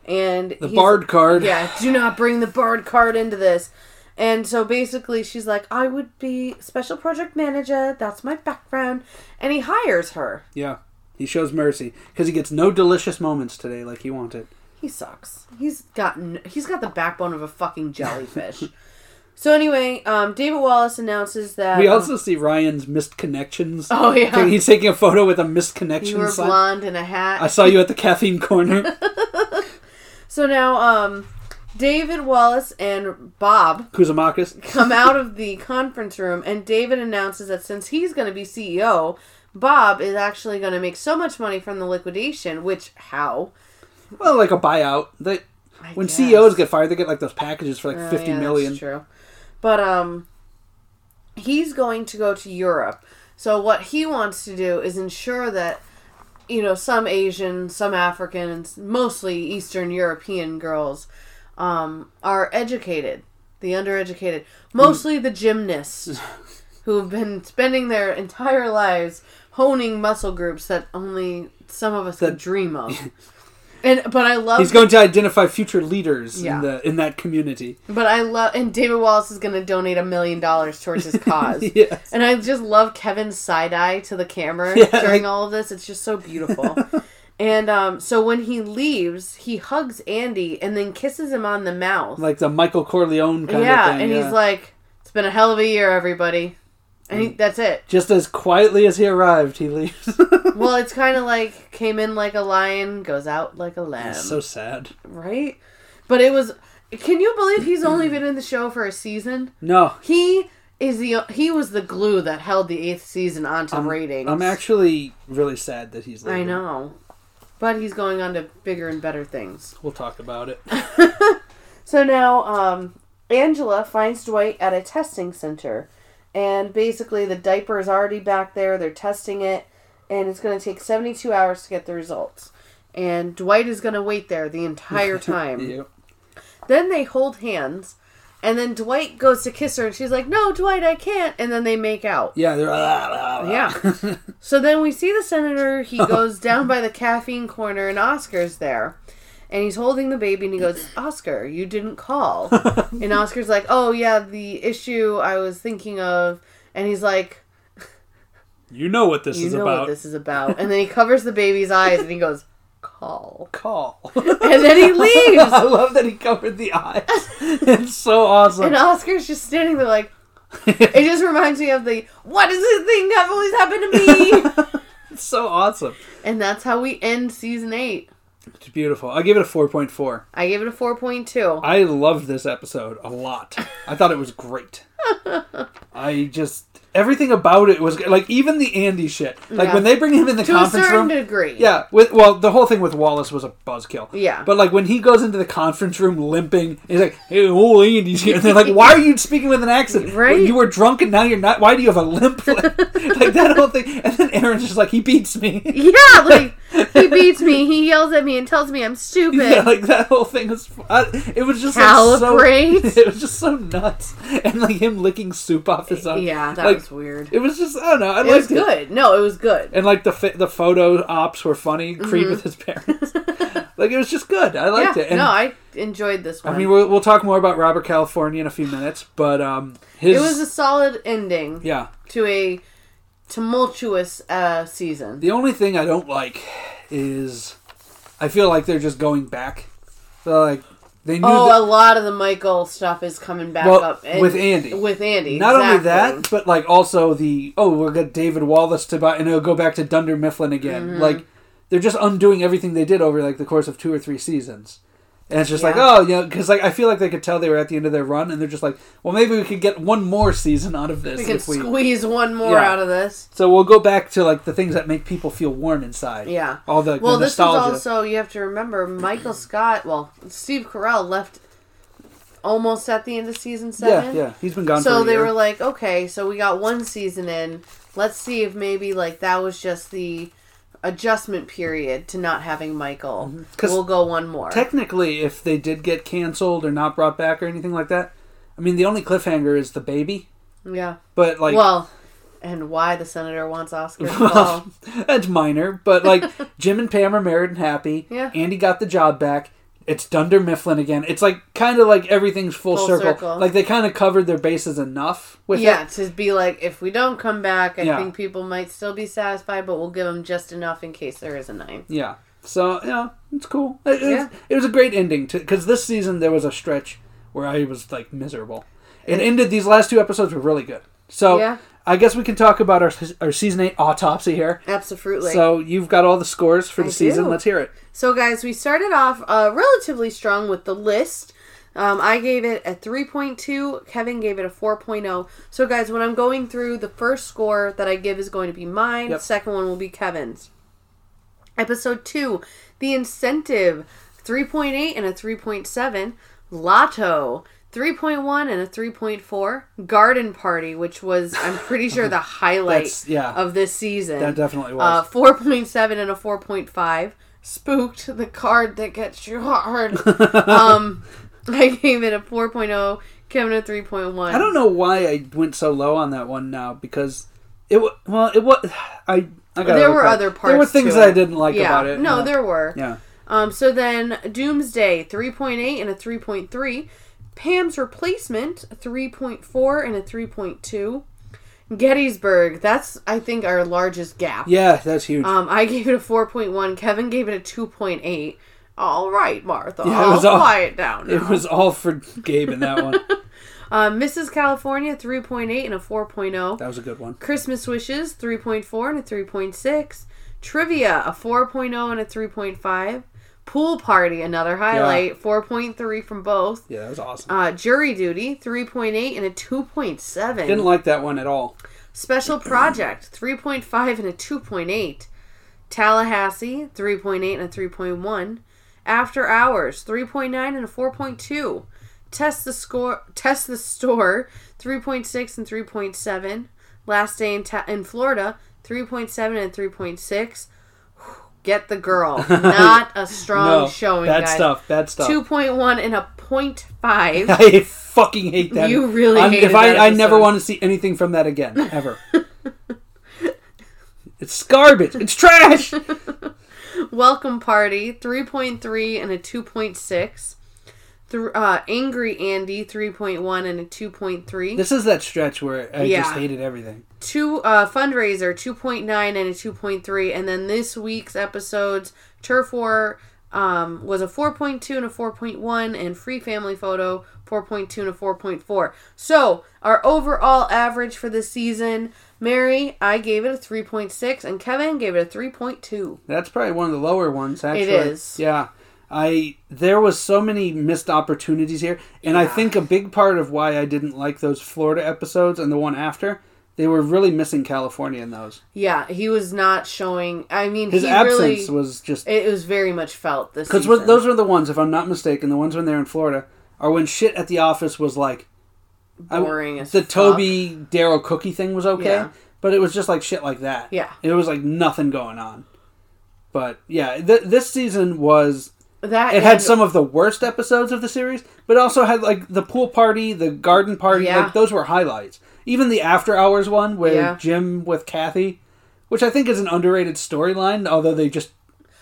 Speaker 2: and
Speaker 1: The Bard card. [laughs]
Speaker 2: Yeah, do not bring the Bard card into this. And so basically, she's like, I would be special project manager. That's my background, and he hires her.
Speaker 1: Yeah. He shows mercy because he gets no delicious moments today like he wanted.
Speaker 2: He sucks. He's gotten he's got the backbone of a fucking jellyfish. so anyway, um, David Wallace announces that um,
Speaker 1: We also see Ryan's missed connections.
Speaker 2: Oh, yeah.
Speaker 1: Okay, He's taking a photo with a missed
Speaker 2: you
Speaker 1: connection
Speaker 2: were
Speaker 1: sign.
Speaker 2: blonde in a hat. [laughs]
Speaker 1: I saw you at the caffeine corner.
Speaker 2: So now um David Wallace and Bob
Speaker 1: Kuzumakis. [laughs]
Speaker 2: come out of the conference room, and David announces that since he's going to be CEO, Bob is actually going to make so much money from the liquidation, which, how?
Speaker 1: Well, like a buyout. They
Speaker 2: I
Speaker 1: when E
Speaker 2: guess.
Speaker 1: CEOs get fired, they get like those packages for like
Speaker 2: Oh,
Speaker 1: fifty
Speaker 2: yeah, that's
Speaker 1: million.
Speaker 2: true. But um, he's going to go to Europe. So what he wants to do is ensure that you know some Asian, some African, and s- mostly Eastern European girls um, are educated. The
Speaker 1: Mm.
Speaker 2: undereducated, mostly the
Speaker 1: [laughs]
Speaker 2: gymnasts, who have been spending their entire lives honing muscle groups that only some of us could
Speaker 1: [laughs]
Speaker 2: dream of. And but I love
Speaker 1: He's going to identify future leaders
Speaker 2: Yeah.
Speaker 1: in the in that community.
Speaker 2: But I love, and David Wallace is going to donate a million dollars
Speaker 1: [laughs]
Speaker 2: towards his cause.
Speaker 1: Yes.
Speaker 2: And I just love Kevin's side eye to the camera
Speaker 1: Yeah,
Speaker 2: during
Speaker 1: like-
Speaker 2: all of this. It's just so
Speaker 1: [laughs]
Speaker 2: beautiful. and um, so when he leaves, he hugs Andy and then kisses him on the mouth.
Speaker 1: Like the Michael Corleone kind
Speaker 2: yeah,
Speaker 1: of thing.
Speaker 2: and
Speaker 1: yeah.
Speaker 2: he's like, "It's been a hell of a year, everybody." And
Speaker 1: Mm.
Speaker 2: he, that's it.
Speaker 1: just as quietly as he arrived, he
Speaker 2: [laughs]
Speaker 1: leaves.
Speaker 2: Well, it's kind of like came in like a lion, goes out like a lamb,
Speaker 1: so sad.
Speaker 2: right? But it was. Can you believe he's only been in the show for a season?
Speaker 1: No,
Speaker 2: He is the he was the glue that held the eighth season onto ratings.
Speaker 1: I'm actually really sad that he's. Leaving.
Speaker 2: I know, but he's going on to bigger and better things. [laughs]
Speaker 1: We'll talk about it. [laughs]
Speaker 2: So now, um, Angela finds Dwight at a testing center, and basically the diaper is already back there. They're testing it, and it's going to take seventy two hours to get the results. And Dwight is going to wait there the
Speaker 1: [laughs]
Speaker 2: entire time.
Speaker 1: Yep.
Speaker 2: Then they hold hands, and then Dwight goes to kiss her, and she's like, "No, Dwight, I can't." And then they make out.
Speaker 1: Yeah. They're, [laughs]
Speaker 2: Yeah. so then we see the senator. He goes down by the caffeine corner, and Oscar's there. And he's holding the baby, and he goes, Oscar, you
Speaker 1: [laughs]
Speaker 2: didn't call. and Oscar's like, Oh, yeah, the issue I was thinking of. And he's like,
Speaker 1: You know what this
Speaker 2: You
Speaker 1: is
Speaker 2: know
Speaker 1: about.
Speaker 2: what this is about. And then he covers the baby's eyes, and he goes, Call.
Speaker 1: Call. [laughs]
Speaker 2: And then he leaves.
Speaker 1: I love that he covered the
Speaker 2: [laughs]
Speaker 1: eyes. it's so awesome.
Speaker 2: And Oscar's just standing there, like, It just reminds me of the, What is this thing that
Speaker 1: [laughs]
Speaker 2: always happened to me?
Speaker 1: it's so awesome.
Speaker 2: and that's how we end season eight.
Speaker 1: It's beautiful. I give it a four point four.
Speaker 2: I gave it a 4.2.
Speaker 1: I loved this episode a lot. I thought it was
Speaker 2: [laughs]
Speaker 1: great. I just everything about it was like even the Andy shit. Like
Speaker 2: Yeah.
Speaker 1: when they bring him in the
Speaker 2: to a
Speaker 1: conference room.
Speaker 2: certain degree.
Speaker 1: Yeah, with well, the whole thing with Wallace was a buzzkill.
Speaker 2: Yeah.
Speaker 1: but like when he goes into the conference room limping, he's like, "Hey, old Andy's here," and they're
Speaker 2: [laughs]
Speaker 1: like, "Why are you speaking with an accent?
Speaker 2: Right.
Speaker 1: You were drunk and now you're not. Why do you have a limp?"
Speaker 2: [laughs]
Speaker 1: like that whole thing. And then Aaron's just like, "He beats me."
Speaker 2: Yeah, like he beats me. He yells at me and tells me I'm stupid.
Speaker 1: [laughs] Yeah, like that whole thing was. I, it was just Like,
Speaker 2: Calibrate.
Speaker 1: so, [laughs] it was just so nuts, and like him licking soup off his own.
Speaker 2: yeah, that
Speaker 1: like,
Speaker 2: was weird. It,
Speaker 1: It was just I don't know. I
Speaker 2: was
Speaker 1: liked it.
Speaker 2: good. No, it was good.
Speaker 1: and like the fa- the photo ops were funny. Creed with his
Speaker 2: [laughs]
Speaker 1: parents, like it was just good. I liked
Speaker 2: Mm-hmm. yeah,
Speaker 1: it. And
Speaker 2: no, I enjoyed this one.
Speaker 1: I mean, we'll, we'll talk more about Robert California in a few minutes, but um, his
Speaker 2: it was a solid ending
Speaker 1: yeah.
Speaker 2: to a tumultuous uh, season.
Speaker 1: The only thing I don't like is I feel like they're just going back. They're like they knew
Speaker 2: oh,
Speaker 1: that,
Speaker 2: a lot of the Michael stuff is coming back
Speaker 1: Well,
Speaker 2: up
Speaker 1: with Andy.
Speaker 2: With Andy,
Speaker 1: not only
Speaker 2: exactly.
Speaker 1: that, but like also the oh we'll get David Wallace to buy and it'll go back to Dunder Mifflin again.
Speaker 2: Mm-hmm.
Speaker 1: Like they're just undoing everything they did over like the course of two or three seasons. And it's just like,
Speaker 2: Yeah.
Speaker 1: oh, you know, because like I feel like they could tell they were at the end of their run, and they're just like, well, maybe we could get one more season out of this.
Speaker 2: we can
Speaker 1: if we...
Speaker 2: squeeze one more
Speaker 1: Yeah.
Speaker 2: out of this.
Speaker 1: So we'll go back to like the things that make people feel warm inside.
Speaker 2: Yeah.
Speaker 1: All the,
Speaker 2: Well,
Speaker 1: the
Speaker 2: this is
Speaker 1: nostalgia.
Speaker 2: also you have to remember Michael Scott. Well, Steve Carell left almost at the end of season
Speaker 1: yeah,
Speaker 2: seven.
Speaker 1: yeah. He's been gone for
Speaker 2: So
Speaker 1: a
Speaker 2: they
Speaker 1: year.
Speaker 2: were like, okay, so we got one season in. Let's see if maybe like that was just the adjustment period to not having Michael.
Speaker 1: Mm-hmm. 'Cause
Speaker 2: We'll go one more.
Speaker 1: Technically, if they did get canceled or not brought back or anything like that, I mean, the only cliffhanger is the baby.
Speaker 2: yeah.
Speaker 1: But like,
Speaker 2: well, and why the senator wants
Speaker 1: [laughs]
Speaker 2: Oscar?
Speaker 1: well,
Speaker 2: Well,
Speaker 1: that's minor. But like, [laughs] Jim and Pam are married and happy.
Speaker 2: Yeah.
Speaker 1: Andy got the job back. It's Dunder Mifflin again. It's like kind of like everything's full,
Speaker 2: Full
Speaker 1: circle.
Speaker 2: circle.
Speaker 1: Like they kind of covered their bases enough with it.
Speaker 2: yeah, to be like, if we don't come back, I
Speaker 1: Yeah.
Speaker 2: think people might still be satisfied, but we'll give them just enough in case there is a ninth.
Speaker 1: Yeah. So yeah, it's cool. It, it,
Speaker 2: Yeah.
Speaker 1: was, it was a great ending to because this season there was a stretch where I was like miserable. It ended. These last two episodes were really good. So
Speaker 2: Yeah.
Speaker 1: I guess we can talk about our our season eight autopsy here.
Speaker 2: Absolutely.
Speaker 1: So you've got all the scores for the
Speaker 2: I
Speaker 1: season.
Speaker 2: do.
Speaker 1: Let's hear it.
Speaker 2: So, guys, we started off uh, relatively strong with the list. Um, I gave it a 3.2. Kevin gave it a 4.0. So, guys, when I'm going through, the first score that I give is going to be mine.
Speaker 1: Yep.
Speaker 2: Second one will be Kevin's. Episode 2, The Incentive, 3.8 and a 3.7. Lotto, 3.1 and a 3.4. Garden Party, which was, I'm pretty sure,
Speaker 1: [laughs]
Speaker 2: the highlight
Speaker 1: That's- yeah.
Speaker 2: of this season.
Speaker 1: That definitely was.
Speaker 2: Uh, 4.7 and a 4.5. Spooked, the card that gets you
Speaker 1: [laughs]
Speaker 2: hard. um, I gave it a 4.0, Kevin a 3.1.
Speaker 1: I don't know why I went so low on that one now because it wa- [sighs] well it was I. I gotta
Speaker 2: There
Speaker 1: look
Speaker 2: were
Speaker 1: back.
Speaker 2: other parts.
Speaker 1: There were things
Speaker 2: to
Speaker 1: that I
Speaker 2: it.
Speaker 1: didn't like
Speaker 2: Yeah.
Speaker 1: about it.
Speaker 2: No,
Speaker 1: yeah.
Speaker 2: there were.
Speaker 1: Yeah,
Speaker 2: Um, so then Doomsday 3.8 and a 3.3. Pam's Replacement 3.4 and a 3.2. Gettysburg, that's, I think, our largest gap.
Speaker 1: yeah, that's huge.
Speaker 2: Um, I gave it a 4.1. Kevin gave it a 2.8. All right, Martha.
Speaker 1: Yeah, it was
Speaker 2: I'll
Speaker 1: all-
Speaker 2: quiet down.
Speaker 1: it
Speaker 2: now.
Speaker 1: was all for Gabe in that
Speaker 2: [laughs]
Speaker 1: one.
Speaker 2: Uh, Mrs. California, 3.8 and a 4.0.
Speaker 1: that was a good one.
Speaker 2: Christmas Wishes, 3.4 and a 3.6. Trivia, a 4.0 and a 3.5. Pool Party, another highlight, 4.3 from both.
Speaker 1: Yeah, that was awesome.
Speaker 2: Uh, jury Duty, 3.8 and a 2.7.
Speaker 1: didn't like that one at all.
Speaker 2: Special Project, 3.5 and a 2.8. Tallahassee, 3.8 and a 3.1. After Hours, 3.9 and a 4.2. Test the score, test the store, 3.6 and 3.7. Last Day in, ta- in Florida, 3.7 and 3.6. Get
Speaker 1: [laughs]
Speaker 2: the girl. Not a strong
Speaker 1: no,
Speaker 2: showing,
Speaker 1: bad
Speaker 2: guys.
Speaker 1: stuff. Bad stuff.
Speaker 2: 2.1 and a 0.5.
Speaker 1: [laughs] I fucking hate that.
Speaker 2: You really
Speaker 1: I'm-
Speaker 2: hated
Speaker 1: If I,
Speaker 2: that
Speaker 1: I never
Speaker 2: episode.
Speaker 1: want to see anything from that again ever. [laughs] it's garbage. It's
Speaker 2: [laughs]
Speaker 1: trash.
Speaker 2: Welcome Party, 3.3 and a 2.6. Th- uh, Angry Andy, 3.1 and a 2.3.
Speaker 1: this is that stretch where I just
Speaker 2: Yeah.
Speaker 1: hated everything.
Speaker 2: Two uh, Fundraiser, 2.9 and a 2.3. And then this week's episodes, Turf War um, was a 4.2 and a 4.1, and Free Family Photo, 4.2 and a 4.4. So, our overall average for this season, Mary, I gave it a 3.6, and Kevin gave it a 3.2.
Speaker 1: That's probably one of the lower ones. Actually,
Speaker 2: is.
Speaker 1: Yeah, I there was so many missed opportunities here, and I think a big part of why I didn't like those Florida episodes and the one after. They were really missing California in those.
Speaker 2: Yeah, he was not showing. I mean,
Speaker 1: His
Speaker 2: he
Speaker 1: absence
Speaker 2: really,
Speaker 1: was just
Speaker 2: It was very much felt this
Speaker 1: Because
Speaker 2: season.
Speaker 1: those are the ones, if I'm not mistaken, the ones when they're in Florida are when shit at the office was like I-
Speaker 2: boring as
Speaker 1: uh, the
Speaker 2: fuck.
Speaker 1: Toby Daryl cookie thing was okay,
Speaker 2: Yeah.
Speaker 1: but it was just like shit like that.
Speaker 2: Yeah.
Speaker 1: it was like nothing going on. But yeah, th- this season was
Speaker 2: that
Speaker 1: it had
Speaker 2: and-
Speaker 1: some of the worst episodes of the series, but also had like the pool party, the garden party.
Speaker 2: Yeah.
Speaker 1: Like those were highlights. Even the after hours one where
Speaker 2: Yeah.
Speaker 1: Jim with Kathy, which I think is an underrated storyline, although they just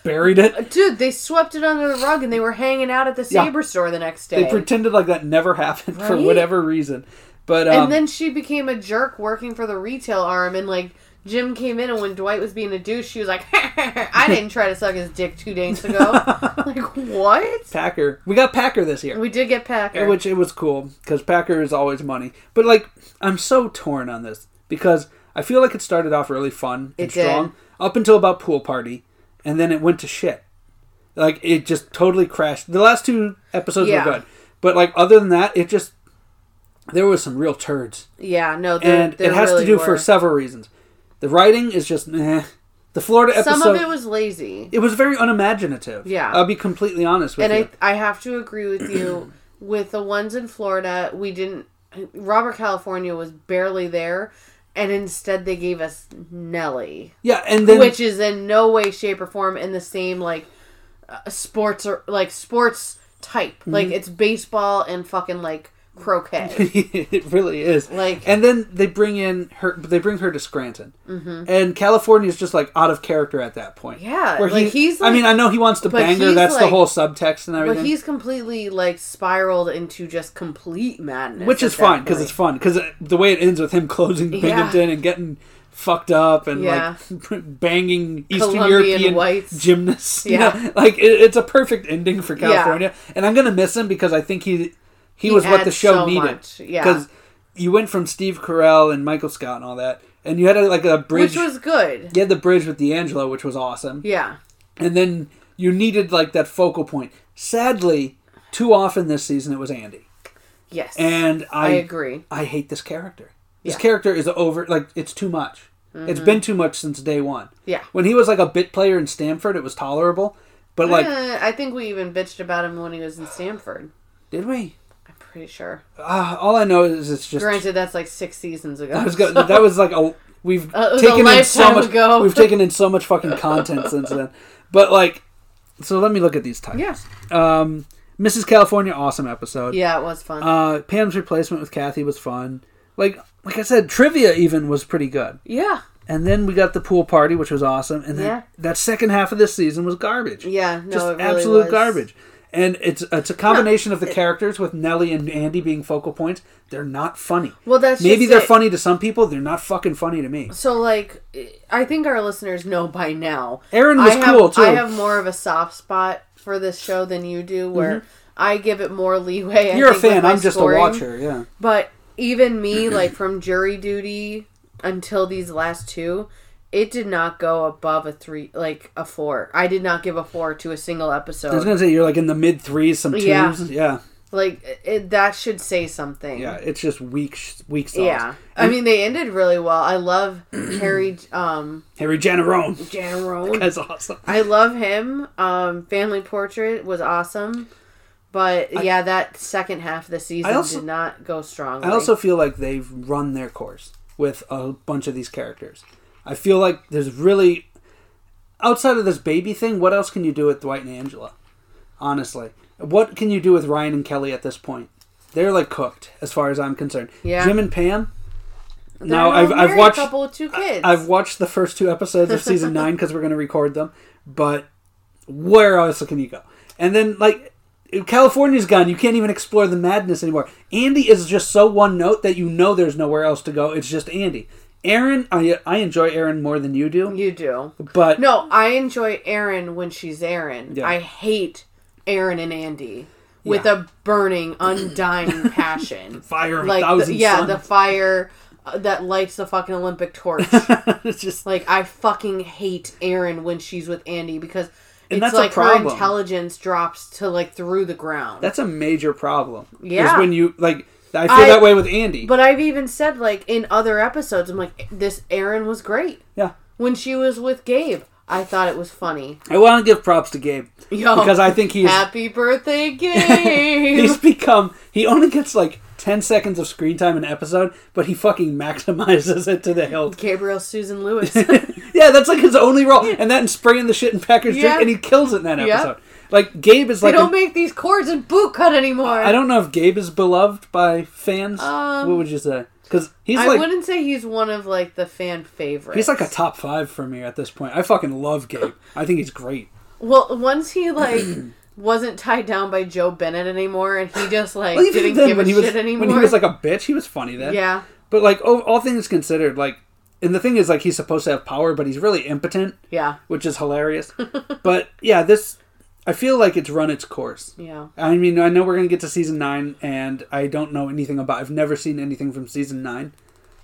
Speaker 1: buried it.
Speaker 2: Dude, they swept it under the rug and they were hanging out at the
Speaker 1: Yeah.
Speaker 2: Saber store the next day.
Speaker 1: They pretended like that never [laughs] happened for
Speaker 2: Right?
Speaker 1: whatever reason. But um,
Speaker 2: and then she became a jerk working for the retail arm and like Jim came in and when Dwight was being a douche, she was like, [laughs]
Speaker 1: [laughs]
Speaker 2: "I didn't try to suck his dick two days ago." like what?
Speaker 1: Packer, we got Packer this year,
Speaker 2: We did get Packer.
Speaker 1: which it was cool because Packer is always money. But like, I'm so torn on this because I feel like it started off really fun and
Speaker 2: It did.
Speaker 1: strong up until about pool party, and then it went to shit. Like it just totally crashed. The last two episodes
Speaker 2: Yeah.
Speaker 1: were good, but like other than that, it just there was some real turds.
Speaker 2: yeah, no, there,
Speaker 1: and
Speaker 2: there
Speaker 1: it has
Speaker 2: really
Speaker 1: to do
Speaker 2: were.
Speaker 1: for several reasons. The writing is just eh. The Florida episode.
Speaker 2: some of it was lazy.
Speaker 1: It was very unimaginative.
Speaker 2: Yeah.
Speaker 1: I'll be completely honest with
Speaker 2: and
Speaker 1: you.
Speaker 2: I I have to agree with
Speaker 1: [clears throat]
Speaker 2: you. with the ones in Florida, we didn't. Robert California was barely there, and instead they gave us Nelly,
Speaker 1: yeah, and then
Speaker 2: which is in no way, shape, or form in the same like uh, sports or like sports type.
Speaker 1: Mm-hmm.
Speaker 2: Like it's baseball and fucking like
Speaker 1: [laughs]
Speaker 2: croquet.
Speaker 1: [laughs] it really is.
Speaker 2: Like-
Speaker 1: and then they bring in her. They bring her to Scranton, and California's just like out of character at that point.
Speaker 2: Mm-hmm. Yeah, like, he's,
Speaker 1: I mean, I
Speaker 2: like-
Speaker 1: know he wants to
Speaker 2: but
Speaker 1: bang her.
Speaker 2: he's,
Speaker 1: That's the
Speaker 2: like-
Speaker 1: whole subtext and everything.
Speaker 2: but he's completely like spiraled into just complete madness,
Speaker 1: which
Speaker 2: at
Speaker 1: is
Speaker 2: that
Speaker 1: fine because
Speaker 2: point.
Speaker 1: it's fun because the way it ends with him [laughs] closing Binghamton and getting fucked up and [laughs]
Speaker 2: Yeah.
Speaker 1: like banging Eastern
Speaker 2: Colombian
Speaker 1: European
Speaker 2: whites.
Speaker 1: gymnasts. you
Speaker 2: Yeah.
Speaker 1: know? [laughs] like it, it's a perfect ending for California, and I'm gonna miss him because I think he he, was what the
Speaker 2: adds
Speaker 1: show
Speaker 2: so
Speaker 1: needed.
Speaker 2: much, yeah.
Speaker 1: you went from Steve Carell and Michael Scott and all that, and you had a, like a bridge.
Speaker 2: which was good.
Speaker 1: you had the bridge with D'Angelo, which was awesome,
Speaker 2: Yeah.
Speaker 1: and then you needed like that focal point. Sadly. too often this season it was Andy,
Speaker 2: Yes.
Speaker 1: and I
Speaker 2: I agree.
Speaker 1: I hate this character. This
Speaker 2: Yeah.
Speaker 1: character is over like it's too much. It's been too much since day one.
Speaker 2: Yeah.
Speaker 1: When he was like a bit player in Stanford, it was tolerable. But like,
Speaker 2: Eh, I think we even bitched about him when he was in Stanford.
Speaker 1: did we?
Speaker 2: I'm pretty sure.
Speaker 1: Uh, all I know is it's just. [laughs]
Speaker 2: Granted, that's like six seasons ago.
Speaker 1: I was go- that was like a we've
Speaker 2: Uh, it was a
Speaker 1: taken in so
Speaker 2: lifetime
Speaker 1: much.
Speaker 2: ago.
Speaker 1: We've taken in so much fucking content since then. But like, so let me look at these titles.
Speaker 2: [laughs] yeah.
Speaker 1: Um, Mrs. California, awesome episode.
Speaker 2: Yeah, it was fun.
Speaker 1: Uh, Pam's replacement with Kathy was fun. Like, like I said, trivia even was pretty good.
Speaker 2: yeah.
Speaker 1: And then we got the pool party, which was awesome. And then
Speaker 2: Yeah.
Speaker 1: that second half of this season was garbage.
Speaker 2: Yeah. No,
Speaker 1: just
Speaker 2: it really
Speaker 1: absolute
Speaker 2: was.
Speaker 1: garbage. And it's it's a combination of the characters with Nellie and Andy being focal points. They're not funny.
Speaker 2: Well, that's
Speaker 1: Maybe
Speaker 2: just
Speaker 1: they're
Speaker 2: it.
Speaker 1: funny to some people. They're not fucking funny to me.
Speaker 2: So, like, I think our listeners know by now.
Speaker 1: Aaron was
Speaker 2: I have,
Speaker 1: cool, too.
Speaker 2: I have more of a soft spot for this show than you do, where I give it more leeway. I
Speaker 1: Mm-hmm. You're a
Speaker 2: think, with
Speaker 1: fan.
Speaker 2: my
Speaker 1: I'm just
Speaker 2: scoring.
Speaker 1: a watcher. Yeah.
Speaker 2: But
Speaker 1: [clears throat]
Speaker 2: even me, like from jury duty until these last two, it did not go above a three, like a four. I did not give a four to a single
Speaker 1: I was
Speaker 2: episode.
Speaker 1: gonna say you're like in the mid threes, some twos.
Speaker 2: Yeah.
Speaker 1: yeah.
Speaker 2: Like it, that should say something.
Speaker 1: Yeah, It's just weak, sh- weak sauce.
Speaker 2: Yeah. I mean, they ended really well. I
Speaker 1: [clears throat]
Speaker 2: love Harry um,
Speaker 1: Harry
Speaker 2: [laughs]
Speaker 1: Janarone.
Speaker 2: Janrone.
Speaker 1: That's awesome.
Speaker 2: I love him. Um, Family Portrait was awesome. But yeah, that second half of the season
Speaker 1: I also-
Speaker 2: did not go strongly.
Speaker 1: I also feel like they've run their course with a bunch of these characters. I feel like there's really outside of this baby thing, what else can you do with Dwight and Angela? Honestly, what can you do with Ryan and Kelly at this point? They're like cooked, as far as I'm concerned.
Speaker 2: Yeah.
Speaker 1: Jim and Pam.
Speaker 2: They're
Speaker 1: now
Speaker 2: a
Speaker 1: I've I've
Speaker 2: married
Speaker 1: watched
Speaker 2: couple with two kids.
Speaker 1: I've watched the first two episodes of season nine because we're going to record them. But where else can you go? And then like California's gone. You can't even explore the madness anymore. Andy is just so one note that you know there's nowhere else to go. It's just Andy. Aaron, I I enjoy Aaron more than you do,
Speaker 2: you do.
Speaker 1: but
Speaker 2: No, I enjoy Aaron when she's Aaron.
Speaker 1: Yeah.
Speaker 2: I hate Aaron and Andy with
Speaker 1: Yeah.
Speaker 2: a
Speaker 1: [clears throat]
Speaker 2: burning, undying passion.
Speaker 1: fire of a
Speaker 2: Like,
Speaker 1: thousand
Speaker 2: the, yeah,
Speaker 1: suns.
Speaker 2: the fire uh, that lights the fucking Olympic torch.
Speaker 1: [laughs] it's just
Speaker 2: like, I fucking hate Aaron when she's with Andy because it's
Speaker 1: that's a
Speaker 2: like her
Speaker 1: problem.
Speaker 2: intelligence drops to like through the ground.
Speaker 1: that's a major problem. is
Speaker 2: Yeah.
Speaker 1: when you like, I feel
Speaker 2: I-
Speaker 1: that way with Andy.
Speaker 2: but I've even said like in other episodes, I'm like, this Aaron was great
Speaker 1: yeah,
Speaker 2: when she was with Gabe. I thought it was funny.
Speaker 1: I want to give props to Gabe
Speaker 2: Yo,
Speaker 1: because I think he's [laughs]
Speaker 2: Happy birthday, Gabe! [laughs]
Speaker 1: He's become. He only gets like ten seconds of screen time an episode, but he fucking maximizes it to the hilt.
Speaker 2: Gabriel Susan
Speaker 1: [laughs]
Speaker 2: Lewis. [laughs]
Speaker 1: yeah, that's like his only role, and that and spraying the shit in Packers
Speaker 2: Yeah.
Speaker 1: drink, and he kills it in that
Speaker 2: Yeah.
Speaker 1: episode. Like Gabe is
Speaker 2: they
Speaker 1: like.
Speaker 2: don't
Speaker 1: I
Speaker 2: make these cords in boot cut anymore.
Speaker 1: I don't know if Gabe is beloved by fans.
Speaker 2: Um,
Speaker 1: what would you say? Because he's
Speaker 2: I
Speaker 1: like
Speaker 2: wouldn't say he's one of like the fan favorites.
Speaker 1: he's like a top five for me at this point. I fucking love Gabe. I think he's great.
Speaker 2: well, once
Speaker 1: [clears throat]
Speaker 2: he like wasn't tied down by Joe Bennett anymore, and he just like
Speaker 1: Well, even
Speaker 2: didn't
Speaker 1: then,
Speaker 2: give a
Speaker 1: when he was
Speaker 2: shit anymore.
Speaker 1: when he was like a bitch, he was funny then.
Speaker 2: [laughs] yeah,
Speaker 1: But like all, all things considered, like and the thing is like he's supposed to have power, but he's really impotent.
Speaker 2: yeah,
Speaker 1: which is hilarious. but yeah, this I feel like it's run its course.
Speaker 2: yeah.
Speaker 1: I mean, I know we're gonna get to season nine, and I don't know anything about. I've never seen anything from season nine,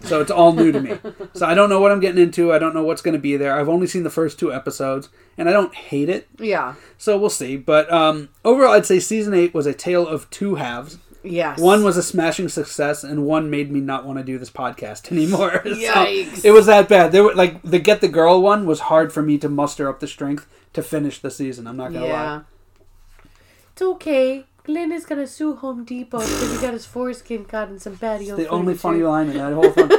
Speaker 1: so it's all new to me. So I don't know what I'm getting into. I don't know what's gonna be there. I've only seen the first two episodes, and I don't hate it,
Speaker 2: Yeah.
Speaker 1: so we'll see. But um, overall, I'd say season eight was a tale of two halves.
Speaker 2: Yes.
Speaker 1: One was a smashing success, and one made me not want to do this podcast [laughs] anymore. So,
Speaker 2: Yikes.
Speaker 1: it was that bad. There were like the get the girl one was hard for me to muster up the strength to finish the season. I'm not gonna lie.
Speaker 2: Yeah. It's okay. Glenn is gonna sue Home Depot because he got his foreskin caught in some patio.
Speaker 1: The only
Speaker 2: furniture.
Speaker 1: funny line in that whole
Speaker 2: [laughs]
Speaker 1: thing.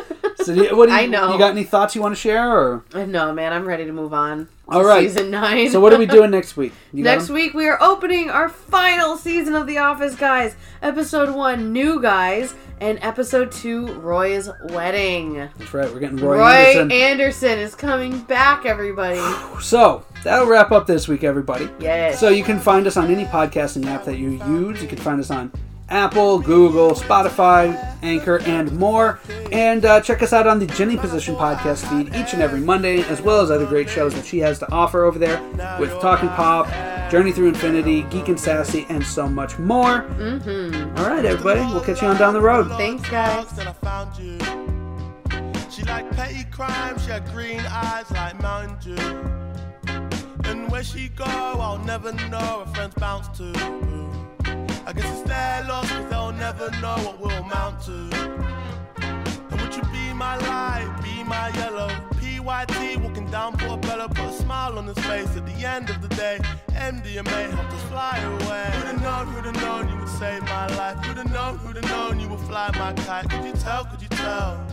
Speaker 1: So, do you- what do you,
Speaker 2: I know.
Speaker 1: You got any thoughts you want to share? Or
Speaker 2: I know, man. I'm ready to move on. to
Speaker 1: All right.
Speaker 2: Season nine.
Speaker 1: so, what are
Speaker 2: [laughs]
Speaker 1: we doing next week? You got
Speaker 2: Next
Speaker 1: 'em?
Speaker 2: week, we are opening our final season of The Office, guys. Episode one, New Guys, and episode two, Roy's Wedding.
Speaker 1: That's right. We're getting Roy,
Speaker 2: Roy,
Speaker 1: Anderson.
Speaker 2: Anderson. is coming back, everybody.
Speaker 1: so that'll wrap up this week, everybody.
Speaker 2: Yes.
Speaker 1: So you can find us on any podcasting app that you use. You can find us on Apple, Google, Spotify, Anchor, and more. And uh, check us out on the Jenny Position podcast feed each and every Monday, as well as other great shows that she has to offer over there with Talking Pop, Journey Through Infinity, Geek and Sassy, and so much more. Mm-hmm. right, everybody. We'll catch you on down the road.
Speaker 2: Thanks, guys.
Speaker 3: Till I found you. She liked petty crime, she had green eyes like Mountain Dew. And where she go, I'll never know. Her friends bounce to. I guess it's their loss, cause they'll never know what we'll amount to. And would you be my light, be my yellow? PYT walking down Portobello, put a smile on his face at the end of the day. MDMA helped us fly away. Who'da known, who'da known you would save my life? Who'da known, who'da known you would fly my kite? Could you tell, could you tell?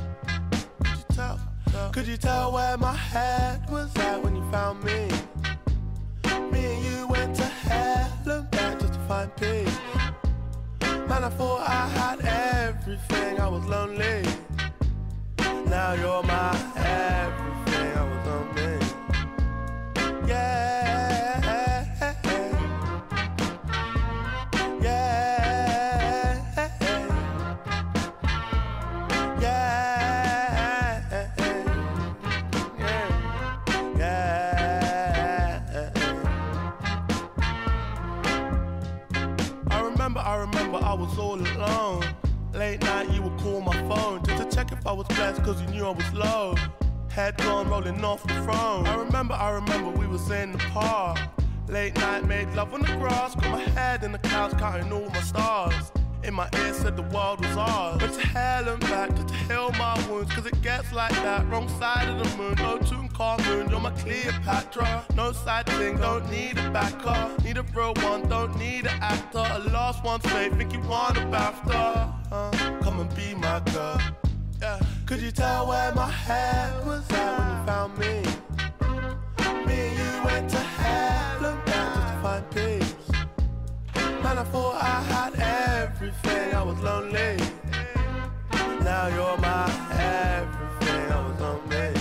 Speaker 3: Could you tell? Could you tell where my head was at when you found me? Me and you went to hell and back just to find peace. Man, I thought I had everything, I was lonely. Now you're my everything, I was lonely. Yeah. Yeah. Yeah. Yeah. Yeah. I remember, I remember I was all alone. Late night, you would call my phone just to check if I was blessed, cause you knew I was low. Head gone rolling off the throne. I remember, I remember we was in the park. Late night, made love on the grass, got my head in the clouds, counting all my stars. In my ear said the world was ours. But to hell and back, just to heal my wounds, cause it gets like that. Wrong side of the moon, no tune call moon, you're my Cleopatra. No side thing, don't need a backer. Need a real one, don't need an actor. A lost one's faith, think you want a BAFTA. Uh, come and be my girl. Yeah. Could you tell where my head was at when you found me? Me and you went to hell and back just to find peace. Man, I thought I had everything, I was lonely. Now you're my everything, I was lonely.